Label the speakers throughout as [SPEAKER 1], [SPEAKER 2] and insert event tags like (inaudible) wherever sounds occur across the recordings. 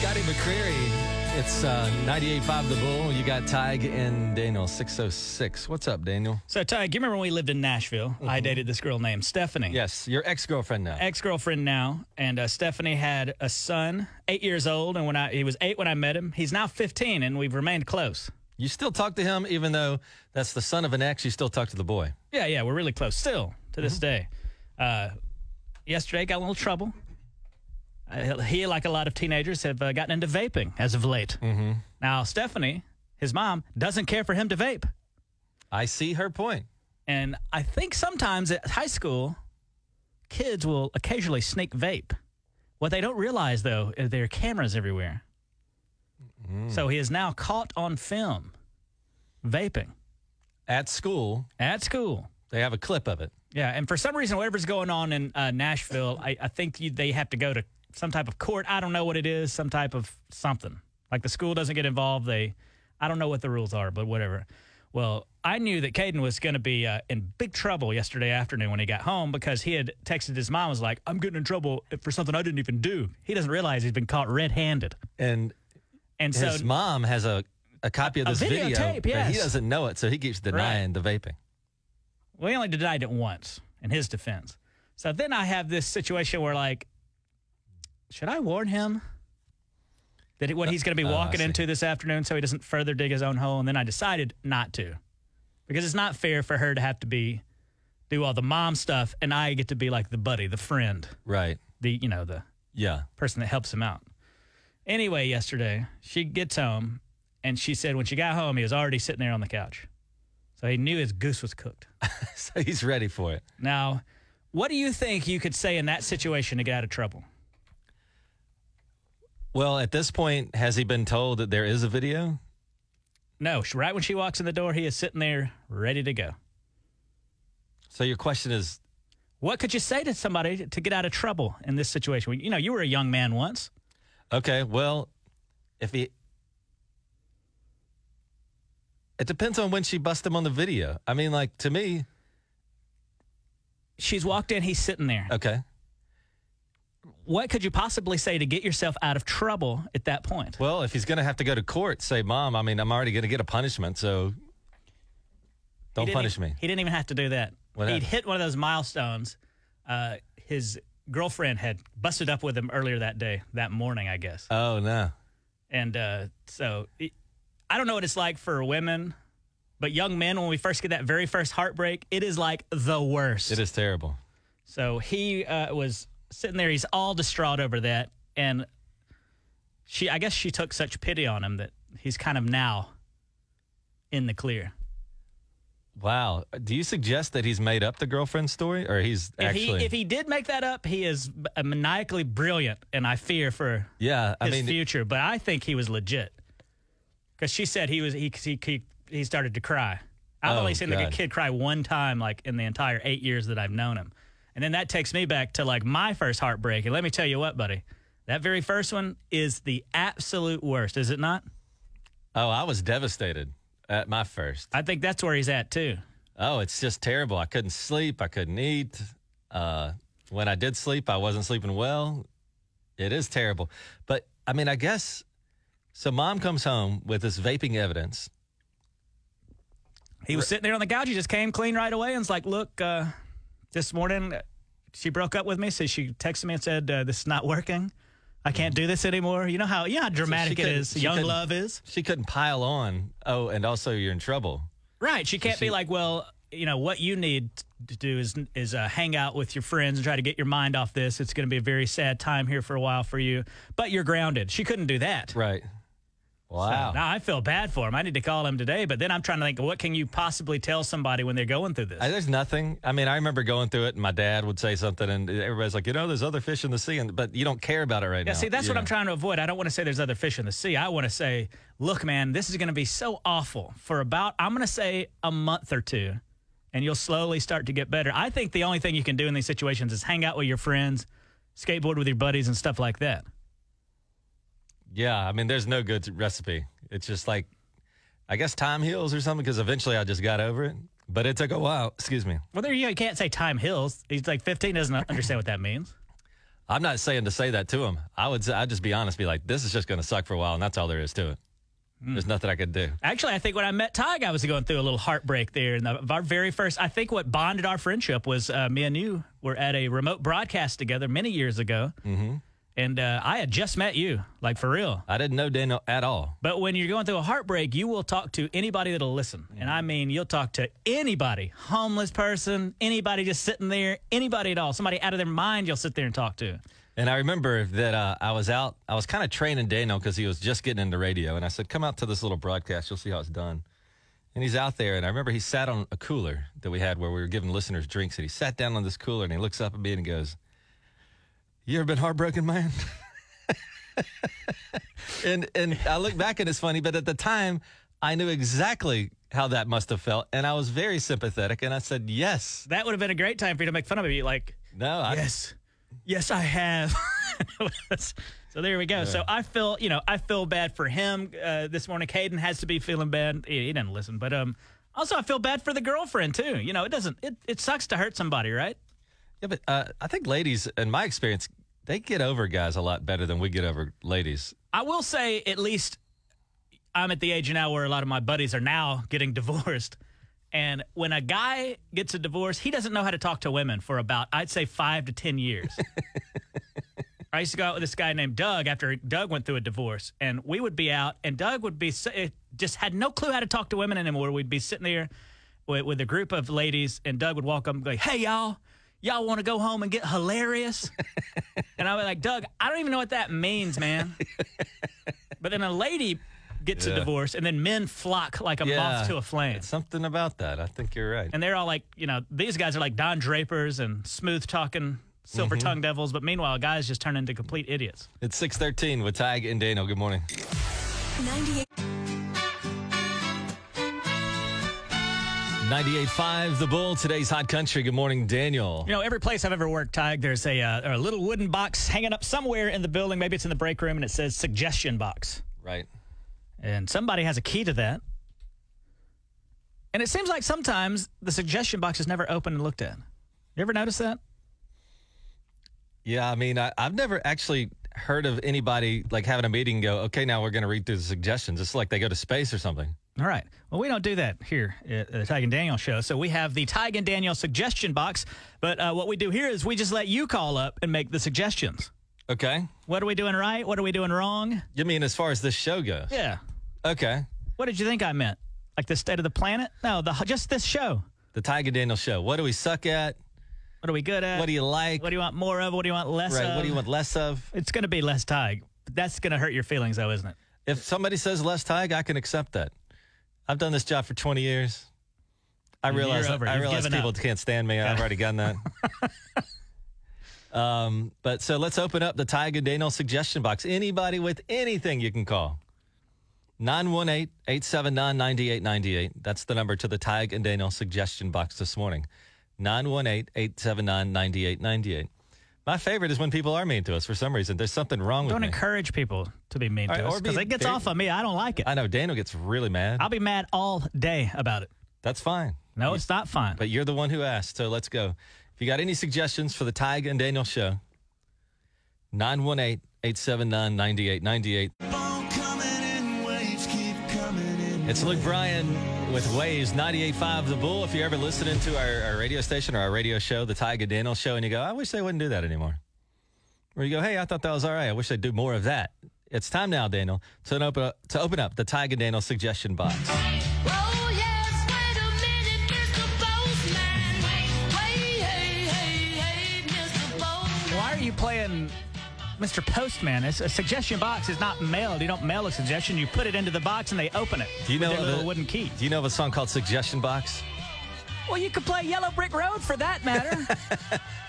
[SPEAKER 1] Scotty McCreary. It's uh, 98.5 The Bull. You got Tig and Daniel, 606. What's up, Daniel?
[SPEAKER 2] So, Ty, you remember when we lived in Nashville? I dated this girl named Stephanie.
[SPEAKER 1] Yes, your ex girlfriend now.
[SPEAKER 2] Ex girlfriend now, and uh, Stephanie had a son, eight years old, and when I he was eight when I met him, he's now fifteen, and we've remained close.
[SPEAKER 1] You still talk to him, even though that's the son of an ex, you still talk to the boy.
[SPEAKER 2] Yeah, yeah, we're really close still to this day. Uh, yesterday, got in a little trouble. Uh, he, like a lot of teenagers, have uh, gotten into vaping as of late. Mm-hmm. Now, Stephanie, his mom, doesn't care for him to vape.
[SPEAKER 1] I see her point.
[SPEAKER 2] And I think sometimes at high school, kids will occasionally sneak vape. What they don't realize, though, is there are cameras everywhere. So he is now caught on film vaping
[SPEAKER 1] At school,
[SPEAKER 2] at school.
[SPEAKER 1] they have a clip of it.
[SPEAKER 2] Yeah, and for some reason, whatever's going on in uh, Nashville, I, I think you, they have to go to some type of court. I don't know what it is, some type of something. Like the school doesn't get involved. They, I don't know what the rules are, but whatever. Well, I knew that Caden was going to be uh, in big trouble yesterday afternoon when he got home because he had texted his mom was like, "I'm getting in trouble for something I didn't even do." He doesn't realize he's been caught red-handed,
[SPEAKER 1] And
[SPEAKER 2] and so
[SPEAKER 1] his mom has a, a copy of
[SPEAKER 2] A
[SPEAKER 1] this video.
[SPEAKER 2] videotape,
[SPEAKER 1] but
[SPEAKER 2] yes.
[SPEAKER 1] he doesn't know it, so he keeps denying the vaping.
[SPEAKER 2] Well, he only denied it once in his defense. So then I have this situation where, like, should I warn him that it- what he's going to be
[SPEAKER 1] oh, I
[SPEAKER 2] walking
[SPEAKER 1] see.
[SPEAKER 2] into this afternoon so he doesn't further dig his own hole? And then I decided not to because it's not fair for her to have to be do all the mom stuff and I get to be like the buddy, the friend,
[SPEAKER 1] Right.
[SPEAKER 2] the you know the
[SPEAKER 1] Yeah. (laughs)
[SPEAKER 2] person that helps him out. Anyway, yesterday she gets home and she said when she got home he was already sitting there on the couch, so he knew his goose was cooked.
[SPEAKER 1] so he's ready for it.
[SPEAKER 2] Now, what do you think you could say in that situation to get out of trouble?
[SPEAKER 1] Well, at this point, has he been told that there is a video?
[SPEAKER 2] No, sh- right when she walks in the door, he is sitting there ready to go.
[SPEAKER 1] So your question is
[SPEAKER 2] What could you say to somebody to get out of trouble in this situation? Well, You know, you were a young man once.
[SPEAKER 1] Okay, well, if he. It depends on when she bust him on the video. I mean, like, to me,
[SPEAKER 2] She's walked in, he's sitting there.
[SPEAKER 1] okay.
[SPEAKER 2] What could you possibly say to get yourself out of trouble at that point?
[SPEAKER 1] Well, if he's going to have to go to court, say, Mom, I mean, I'm already going to get a punishment, so
[SPEAKER 2] He
[SPEAKER 1] don't
[SPEAKER 2] didn't
[SPEAKER 1] punish
[SPEAKER 2] even-
[SPEAKER 1] me.
[SPEAKER 2] He didn't even have to do that.
[SPEAKER 1] What
[SPEAKER 2] He'd
[SPEAKER 1] happened?
[SPEAKER 2] hit one of those milestones. Uh, his girlfriend had busted up with him earlier that day, that morning, I guess.
[SPEAKER 1] Oh, no.
[SPEAKER 2] And uh, so it, I don't know what it's like for women, but young men, when we first get that very first heartbreak, it is like the worst.
[SPEAKER 1] It is terrible.
[SPEAKER 2] So he uh, was sitting there, he's all distraught over that. And she, I guess she took such pity on him that he's kind of now in the clear.
[SPEAKER 1] Wow. Do you suggest that he's made up the girlfriend story or he's
[SPEAKER 2] If
[SPEAKER 1] actually.
[SPEAKER 2] he, if he did make that up, he is b- maniacally brilliant, and I fear for
[SPEAKER 1] yeah, I
[SPEAKER 2] his
[SPEAKER 1] mean,
[SPEAKER 2] future. But I think he was legit because she said he was he he he, he started to cry. I've
[SPEAKER 1] Oh,
[SPEAKER 2] only seen like
[SPEAKER 1] God.
[SPEAKER 2] a kid cry one time, like in the entire eight years that I've known him, and then that takes me back to like my first heartbreak. And let me tell you what, buddy, that very first one is the absolute worst, is it not?
[SPEAKER 1] oh, I was devastated at my first.
[SPEAKER 2] I think that's where he's at too.
[SPEAKER 1] Oh, it's just terrible. I couldn't sleep. I couldn't eat. Uh, when I did sleep, I wasn't sleeping well. It is terrible. But I mean, I guess so. Mom comes home with this vaping evidence.
[SPEAKER 2] He was sitting there on the couch. He just came clean right away and was like, "Look, uh, this morning uh, she broke up with me, so she texted me and said uh, this is not working. I can't do this anymore." You know how you know how dramatic it
[SPEAKER 1] couldn't-
[SPEAKER 2] is.
[SPEAKER 1] she
[SPEAKER 2] Young
[SPEAKER 1] couldn't-
[SPEAKER 2] love is
[SPEAKER 1] She couldn't pile on. Oh, and also you're in trouble.
[SPEAKER 2] right. She can't be like, "Well, you know what you need to do is is uh, hang out with your friends and try to get your mind off this. It's going to be a very sad time here for a while for you, but you're grounded." She couldn't do that.
[SPEAKER 1] Right. Wow.
[SPEAKER 2] Now I feel bad for him. I need to call him today, but then I'm trying to think, what can you possibly tell somebody when they're going through this?
[SPEAKER 1] I- there's nothing. I mean, I remember going through it, and my dad would say something, and everybody's like, you know, there's other fish in the sea, and but you don't care about it right
[SPEAKER 2] Yeah,
[SPEAKER 1] now.
[SPEAKER 2] see, that's
[SPEAKER 1] you
[SPEAKER 2] what
[SPEAKER 1] know?
[SPEAKER 2] I'm trying to avoid. I don't want to say there's other fish in the sea. I want to say, look, man, this is going to be so awful for about, I'm going to say a month or two, and you'll slowly start to get better. I think the only thing you can do in these situations is hang out with your friends, skateboard with your buddies, and stuff like that.
[SPEAKER 1] Yeah, I mean, there's no good recipe. It's just like, I guess time heals or something. Because eventually, I just got over it, but it took a while. Excuse me.
[SPEAKER 2] Well, there you go. You can't say time heals. He's like 15 doesn't understand what that means.
[SPEAKER 1] I'm not saying to say that to him. I would. say- I'd just be honest. Be like, this is just going to suck for a while, and that's all there is to it. There's nothing I could do.
[SPEAKER 2] Actually, I think when I met Tig, I was going through a little heartbreak there. And the, our very first, I think what bonded our friendship was uh, me and you were at a remote broadcast together many years ago. Mm-hmm. And uh, I had just met you, like for real.
[SPEAKER 1] I didn't know Daniel at all.
[SPEAKER 2] But when you're going through a heartbreak, you will talk to anybody that'll listen. And I mean, you'll talk to anybody, homeless person, anybody just sitting there, anybody at all, somebody out of their mind you'll sit there and talk to.
[SPEAKER 1] And I remember that uh, I was out. I was kind of training Daniel because he was just getting into radio, and I said, "Come out to this little broadcast. You'll see how it's done." And he's out there, and I remember he sat on a cooler that we had where we were giving listeners drinks, and he sat down on this cooler, and he looks up at me and he goes, "You ever been heartbroken, man?" (laughs) and and I look back and it's funny, but at the time, I knew exactly how that must have felt, and I was very sympathetic, and I said, "Yes,
[SPEAKER 2] That would have been a great time for you to make fun of me. Like,
[SPEAKER 1] no, I,
[SPEAKER 2] yes, yes, I have. (laughs) so there we go. So I feel, you know, I feel bad for him uh, this morning. Caden has to be feeling bad. He, he didn't listen, but um, also I feel bad for the girlfriend too. You know, it doesn't. It, it sucks to hurt somebody, right?
[SPEAKER 1] Yeah, but uh, I think ladies, in my experience, they get over guys a lot better than we get over ladies.
[SPEAKER 2] I will say, at least I'm at the age now where a lot of my buddies are now (laughs) getting divorced. And when a guy gets a divorce, he doesn't know how to talk to women for about, I'd say, five to 10 years. I used to go out with this guy named Doug after Doug went through a divorce, and we would be out, and Doug would be so- eh, just had no clue how to talk to women anymore. We'd be sitting there with, with a group of ladies, and Doug would walk up and go, "Hey y'all, y'all want to go home and get
[SPEAKER 1] (laughs)
[SPEAKER 2] hilarious?" and I'd be like, "Doug, I don't even know what that means, man." but then a lady gets a
[SPEAKER 1] Yeah.
[SPEAKER 2] divorce, and then men flock like a moth to a flame.
[SPEAKER 1] It's something about that. I think you're right.
[SPEAKER 2] And they're all like, you know, these guys are like Don Drapers and smooth talking, silver
[SPEAKER 1] Mm-hmm.
[SPEAKER 2] tongued devils. But meanwhile, guys just turn into complete idiots.
[SPEAKER 1] It's six thirteen with Tig and Daniel. Good morning.
[SPEAKER 3] 98.
[SPEAKER 1] 98.5 The Bull. Today's hot country. Good morning, Daniel.
[SPEAKER 2] You know, every place I've ever worked, Tig, there's a, uh, a little wooden box hanging up somewhere in the building. Maybe it's in the break room and it says suggestion box.
[SPEAKER 1] Right.
[SPEAKER 2] And somebody has a key to that. And it seems like sometimes the suggestion box is never opened and looked at. You ever notice that?
[SPEAKER 1] Yeah, I mean, I, I've never actually heard of anybody like having a meeting and go, okay, now we're going to read through the suggestions. It's like they go to space or something.
[SPEAKER 2] All right. Well, we don't do that here at the Tig and Daniel show. So we have the Tig and Daniel suggestion box. But uh, what we do here is we just let you call up and make the suggestions.
[SPEAKER 1] Okay.
[SPEAKER 2] What are we doing right? What are we doing wrong?
[SPEAKER 1] You mean as far as this show goes?
[SPEAKER 2] Yeah.
[SPEAKER 1] Okay.
[SPEAKER 2] What did you think I meant? Like the state of the planet? No, the, just this show.
[SPEAKER 1] The Tig and Daniel show. What do we suck at?
[SPEAKER 2] What are we good at?
[SPEAKER 1] What do you like?
[SPEAKER 2] What uh, do you want more of? What do you want less
[SPEAKER 1] right.
[SPEAKER 2] of?
[SPEAKER 1] What do you want less of?
[SPEAKER 2] It's going to be less Tig. But That's going to hurt your feelings, though, isn't it?
[SPEAKER 1] If somebody says less Tig, I can accept that. I've done this job for 20 years. I
[SPEAKER 2] You're
[SPEAKER 1] realize
[SPEAKER 2] over.
[SPEAKER 1] I
[SPEAKER 2] You've
[SPEAKER 1] realize
[SPEAKER 2] given
[SPEAKER 1] people
[SPEAKER 2] up.
[SPEAKER 1] can't stand me. I've already gotten
[SPEAKER 2] (laughs)
[SPEAKER 1] that. um, but so let's open up the Tig and Daniel suggestion box. Anybody with anything you can call. 918-879-9898. That's the number to the Tig and Daniel suggestion box this morning. 918-879-9898. My favorite is when people are mean to us for some reason. There's something wrong with
[SPEAKER 2] Don't
[SPEAKER 1] me.
[SPEAKER 2] encourage people to be mean
[SPEAKER 1] All
[SPEAKER 2] to
[SPEAKER 1] right,
[SPEAKER 2] us
[SPEAKER 1] or be
[SPEAKER 2] because it gets
[SPEAKER 1] very-
[SPEAKER 2] off on me. I don't like it.
[SPEAKER 1] I know Daniel gets really mad.
[SPEAKER 2] I'll be mad all day about it.
[SPEAKER 1] That's fine.
[SPEAKER 2] No, it's not fine.
[SPEAKER 1] But you're the one who asked, so let's go. If you got any suggestions for the Tig and Daniel show, 918 879 9898.
[SPEAKER 4] All coming in waves keep coming in.
[SPEAKER 1] It's Luke Bryan with Waves 98.5 The Bull. If you're ever listening to our, our radio station or our radio show, the Tig and Daniel show, and you go, I wish they wouldn't do that anymore. Or you go, hey, I thought that was all right. I wish they'd do more of that. It's time now, Daniel, to open up, to open up the Tig and Daniel suggestion box.
[SPEAKER 5] Oh yes, wait a minute, Mr. Postman. Hey, hey, hey, hey, Mr. Postman.
[SPEAKER 2] Why are you playing Mr. Postman? It's a suggestion box is not mailed. You don't mail a suggestion. You put it into the box and they open it.
[SPEAKER 1] Do you know
[SPEAKER 2] with
[SPEAKER 1] of
[SPEAKER 2] their
[SPEAKER 1] a-
[SPEAKER 2] little wooden key?
[SPEAKER 1] Do you know of a song called Suggestion Box?
[SPEAKER 2] Well, you could play Yellow Brick Road for
[SPEAKER 1] (laughs)
[SPEAKER 2] that matter.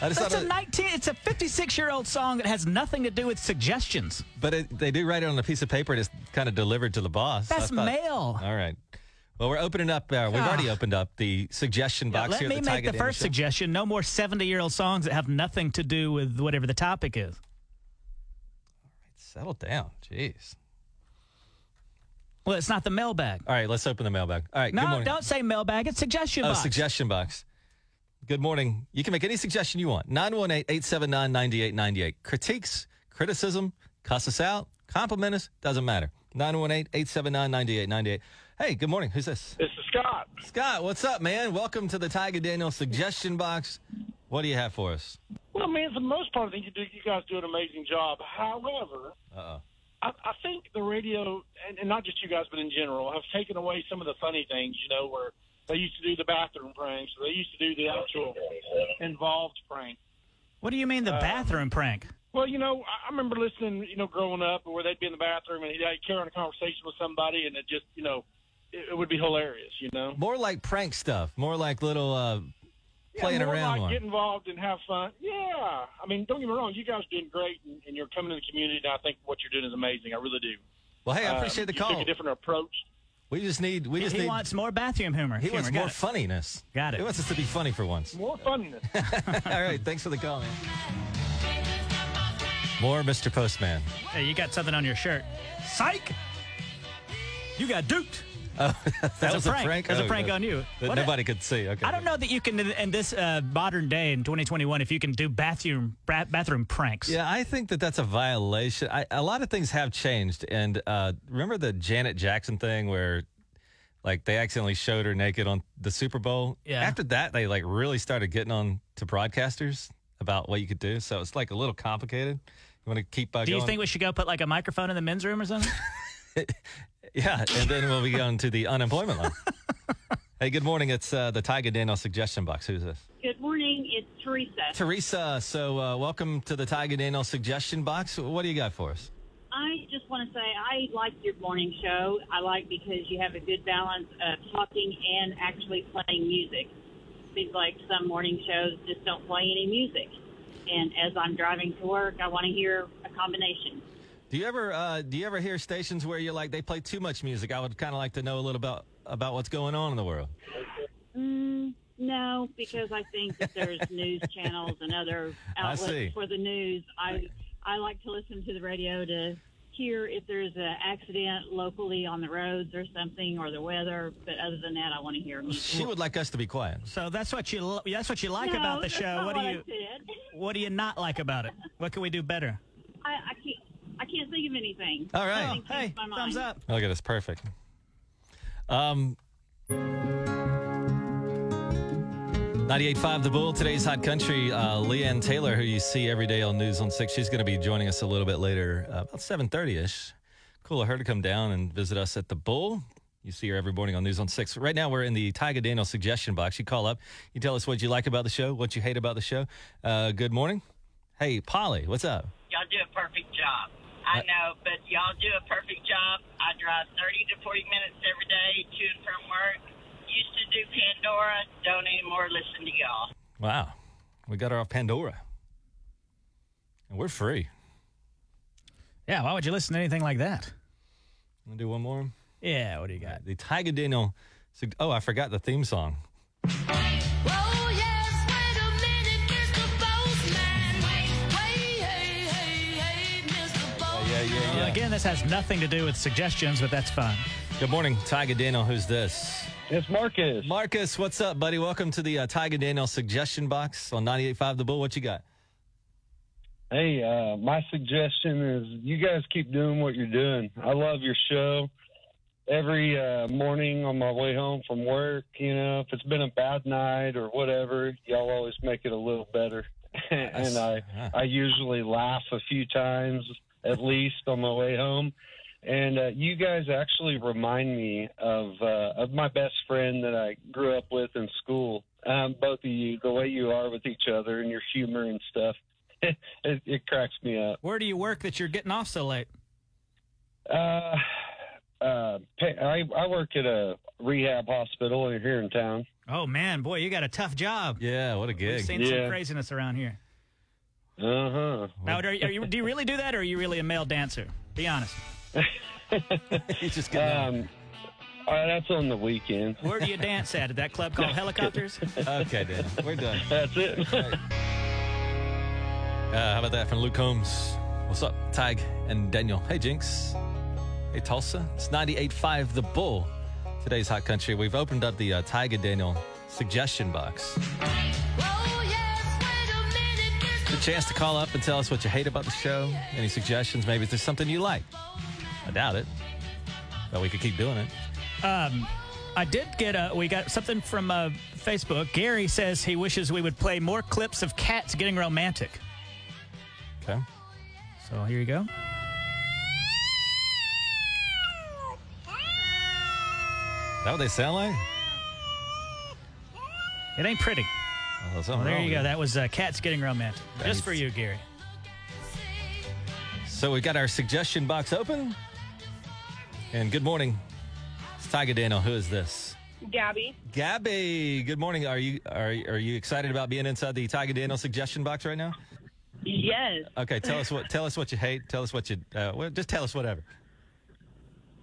[SPEAKER 1] I just thought
[SPEAKER 2] That's a
[SPEAKER 1] it-
[SPEAKER 2] 19. It's a 56 year old song that has nothing to do with suggestions.
[SPEAKER 1] But it, they do write it on a piece of paper and it's kind of delivered to the boss. I
[SPEAKER 2] That's
[SPEAKER 1] thought-
[SPEAKER 2] mail.
[SPEAKER 1] All right. Well, we're opening up. Uh, we've
[SPEAKER 2] Ah.
[SPEAKER 1] already opened up the suggestion box
[SPEAKER 2] Let
[SPEAKER 1] here. at
[SPEAKER 2] me
[SPEAKER 1] the
[SPEAKER 2] make
[SPEAKER 1] Tiger
[SPEAKER 2] the
[SPEAKER 1] Daniel
[SPEAKER 2] first
[SPEAKER 1] Show.
[SPEAKER 2] suggestion. No more 70 year old songs that have nothing to do with whatever the topic is.
[SPEAKER 1] Settle down. Jeez.
[SPEAKER 2] Well, it's not the mailbag.
[SPEAKER 1] All right, let's open the mailbag. All right. good
[SPEAKER 2] No,
[SPEAKER 1] morning.
[SPEAKER 2] don't say mailbag. It's suggestion
[SPEAKER 1] Oh,
[SPEAKER 2] box.
[SPEAKER 1] suggestion box. Good morning. You can make any suggestion you want. 918 879 9898. Critiques, criticism, cuss us out, compliment us, doesn't matter. 918 879 9898. Hey, good morning. Who's this?
[SPEAKER 3] This is Scott.
[SPEAKER 1] Scott, what's up, man? Welcome to the Tiger Daniel suggestion box. What do you have for us?
[SPEAKER 3] Well, I mean, for the most part, I think you, do, you guys do an amazing job. However,
[SPEAKER 1] Uh-oh.
[SPEAKER 3] I, I think the radio, and, and not just you guys, but in general, have taken away some of the funny things, you know, where they used to do the bathroom pranks, they used to do the actual involved prank.
[SPEAKER 2] What do you mean the bathroom prank?
[SPEAKER 3] Well, you know, I I remember listening, you know, growing up, where they'd be in the bathroom and he'd like, carry on a conversation with somebody, and it just, you know, it, it would be hilarious, you know.
[SPEAKER 1] More like prank stuff, more like little uh, playing
[SPEAKER 3] yeah, more
[SPEAKER 1] around
[SPEAKER 3] like
[SPEAKER 1] one.
[SPEAKER 3] get involved and have fun. Yeah, I mean, don't get me wrong. You guys are doing great, and, and you're coming to the community. And I think what you're doing is amazing. I really do.
[SPEAKER 1] well, hey, I
[SPEAKER 3] Um,
[SPEAKER 2] uh,
[SPEAKER 1] appreciate the
[SPEAKER 3] you Took
[SPEAKER 1] call.
[SPEAKER 3] a different approach.
[SPEAKER 1] We just need, we just
[SPEAKER 2] He
[SPEAKER 1] need,
[SPEAKER 2] wants more bathroom humor.
[SPEAKER 1] he
[SPEAKER 2] humor.
[SPEAKER 1] wants
[SPEAKER 2] got
[SPEAKER 1] more
[SPEAKER 2] it.
[SPEAKER 1] funniness.
[SPEAKER 2] Got it.
[SPEAKER 1] He wants us to be funny for
[SPEAKER 2] (laughs)
[SPEAKER 1] once.
[SPEAKER 3] More fun.
[SPEAKER 1] All right, thanks for the call, man. More Mr. Postman.
[SPEAKER 2] Hey, you got something on your shirt. Psych! You got duped.
[SPEAKER 1] That
[SPEAKER 2] That's
[SPEAKER 1] was
[SPEAKER 2] a prank. That's a
[SPEAKER 1] Oh,
[SPEAKER 2] prank
[SPEAKER 1] that-
[SPEAKER 2] on you.
[SPEAKER 1] That
[SPEAKER 2] What a-
[SPEAKER 1] nobody could see. Okay.
[SPEAKER 2] I don't know that you can in this uh, modern day in 2021 if you can do bathroom bra- bathroom pranks.
[SPEAKER 1] Yeah, I think that that's a violation. I, a lot of things have changed, and uh, remember the Janet Jackson thing where, like, they accidentally showed her naked on the Super Bowl.
[SPEAKER 2] Yeah.
[SPEAKER 1] After that, they like really started getting on to broadcasters about what you could do. So it's like a little complicated. You want to keep uh,
[SPEAKER 2] Do you
[SPEAKER 1] going?
[SPEAKER 2] think we should go put like a microphone in the men's room or something?
[SPEAKER 1] (laughs) yeah, and then we'll be going to the unemployment
[SPEAKER 2] (laughs)
[SPEAKER 1] line. hey, good morning. It's uh, the Tiger Daniel suggestion box. Who's this?
[SPEAKER 6] Good morning. It's Teresa.
[SPEAKER 1] Teresa, so uh, welcome to the Tiger Daniel suggestion box. What do you got for us?
[SPEAKER 6] I just want to say I like your morning show. I like because you have a good balance of talking and actually playing music. Seems like some morning shows just don't play any music. And as I'm driving to work, I want to hear a combination.
[SPEAKER 1] Do you ever uh, do you ever hear stations where you're like they play too much music? I would kind of like to know a little about about what's going on in the world.
[SPEAKER 6] Mm, no, because I think that
[SPEAKER 2] (laughs)
[SPEAKER 6] there's news channels and other
[SPEAKER 1] I see.
[SPEAKER 6] outlets for the news. I I like to listen to the radio to hear if there's an accident locally on the roads or something or the weather. But other than that, I want to hear music.
[SPEAKER 1] She would like us to be quiet.
[SPEAKER 2] so that's what you lo- that's what you like
[SPEAKER 6] No,
[SPEAKER 2] about the
[SPEAKER 6] that's
[SPEAKER 2] show.
[SPEAKER 6] not
[SPEAKER 2] What do
[SPEAKER 6] I
[SPEAKER 2] you
[SPEAKER 6] said.
[SPEAKER 2] what do you not like about it? What can we do better?
[SPEAKER 6] I, I can't. I can't think of anything.
[SPEAKER 1] All right.
[SPEAKER 6] Nothing comes
[SPEAKER 2] Oh, Hey,
[SPEAKER 6] to my mind.
[SPEAKER 2] thumbs up.
[SPEAKER 1] Look at this, perfect. Um, 98.5 The Bull, today's Hot Country. Uh, Leanne Taylor, who you see every day on News on 6, she's going to be joining us a little bit later, uh, about 7.30ish. Cool of her to come down and visit us at The Bull. You see her every morning on News on 6. Right now, we're in the Tyga Daniel suggestion box. You call up, you tell us what you like about the show, what you hate about the show. Uh, good morning. Hey, Polly, what's up?
[SPEAKER 7] Y'all do a perfect job. I know, but y'all do a perfect job. I drive 30 to 40 minutes every day to and from work. Used to do Pandora, don't anymore. Listen to y'all.
[SPEAKER 1] Wow. We got her off Pandora. And we're free.
[SPEAKER 2] Yeah, why would you listen to anything like that?
[SPEAKER 1] Want to do one more? Uh,
[SPEAKER 2] Yeah, what do you got?
[SPEAKER 1] The Tiger Daniel. sug- Oh, I forgot the theme song.
[SPEAKER 5] Oh yes, wait a minute, Mr. Postman. Wait, wait, hey, hey, hey, Mr. Postman.
[SPEAKER 1] Yeah,
[SPEAKER 2] Well,
[SPEAKER 1] yeah,
[SPEAKER 2] Again, this has nothing to do with suggestions, but that's fine.
[SPEAKER 1] Uh, Good morning, Tiger Daniel. Who's this?
[SPEAKER 3] it's Marcus.
[SPEAKER 1] Marcus, what's up, buddy? Welcome to the uh, Tiger Daniel suggestion box on 98.5 The Bull. What you got?
[SPEAKER 8] Hey, uh, my suggestion is you guys keep doing what you're doing. I love your show. Every uh, morning on my way home from work, you know, if it's been a bad night or whatever, y'all always make it a little better. (laughs) and I, I usually laugh a few times at least on my way home. And uh, you guys actually remind me of uh, of my best friend that I grew up with in school. Um, both of you, the way you are with each other and your humor and stuff, it, it cracks me up.
[SPEAKER 2] Where do you work that you're getting off so late?
[SPEAKER 8] Uh, uh, pa- I, I work at a rehab hospital here in town.
[SPEAKER 2] Oh man, boy, you got a tough job.
[SPEAKER 1] Yeah, what a
[SPEAKER 2] We've
[SPEAKER 1] gig.
[SPEAKER 2] seen
[SPEAKER 8] Yeah.
[SPEAKER 2] some craziness around here.
[SPEAKER 8] Uh huh.
[SPEAKER 2] Now, are you, are you, do you really do that, or are you really a male dancer? Be honest.
[SPEAKER 1] He's just getting out.
[SPEAKER 8] Um, uh, that's on the weekend.
[SPEAKER 2] Where do you dance at? At that club called Helicopters?
[SPEAKER 1] Okay, Dan. We're done.
[SPEAKER 8] That's it.
[SPEAKER 1] Uh, how about that from Luke Holmes? What's up, Tig and Daniel? Hey, Jinx. Hey, Tulsa. It's 98.5 The Bull. Today's Hot Country. We've opened up the uh, Tiger Daniel suggestion box.
[SPEAKER 5] Oh, yes, wait a minute, Mr.
[SPEAKER 1] It's a chance to call up and tell us what you hate about the show. Any suggestions? Maybe if there's something you like. I doubt it. But we could keep doing it.
[SPEAKER 2] I did get a. We got something from uh, Facebook. Gary says he wishes we would play more clips of cats getting romantic.
[SPEAKER 1] Okay.
[SPEAKER 2] So here you go.
[SPEAKER 1] Is that what they sound like?
[SPEAKER 2] It ain't pretty.
[SPEAKER 1] Oh, there's something
[SPEAKER 2] There
[SPEAKER 1] wrong
[SPEAKER 2] you go.
[SPEAKER 1] with it.
[SPEAKER 2] That was uh, cats getting romantic. Just for
[SPEAKER 1] Thanks.
[SPEAKER 2] you, Gary.
[SPEAKER 1] So we got our suggestion box open. And good morning. It's Tiger Daniel. Who is this?
[SPEAKER 9] Gabby.
[SPEAKER 1] Gabby. Good morning. Are you are are you excited about being inside the Tiger Daniel suggestion box right now?
[SPEAKER 9] Yes.
[SPEAKER 1] Okay, tell us what tell us what you hate. Tell us what you uh, well, just tell us whatever.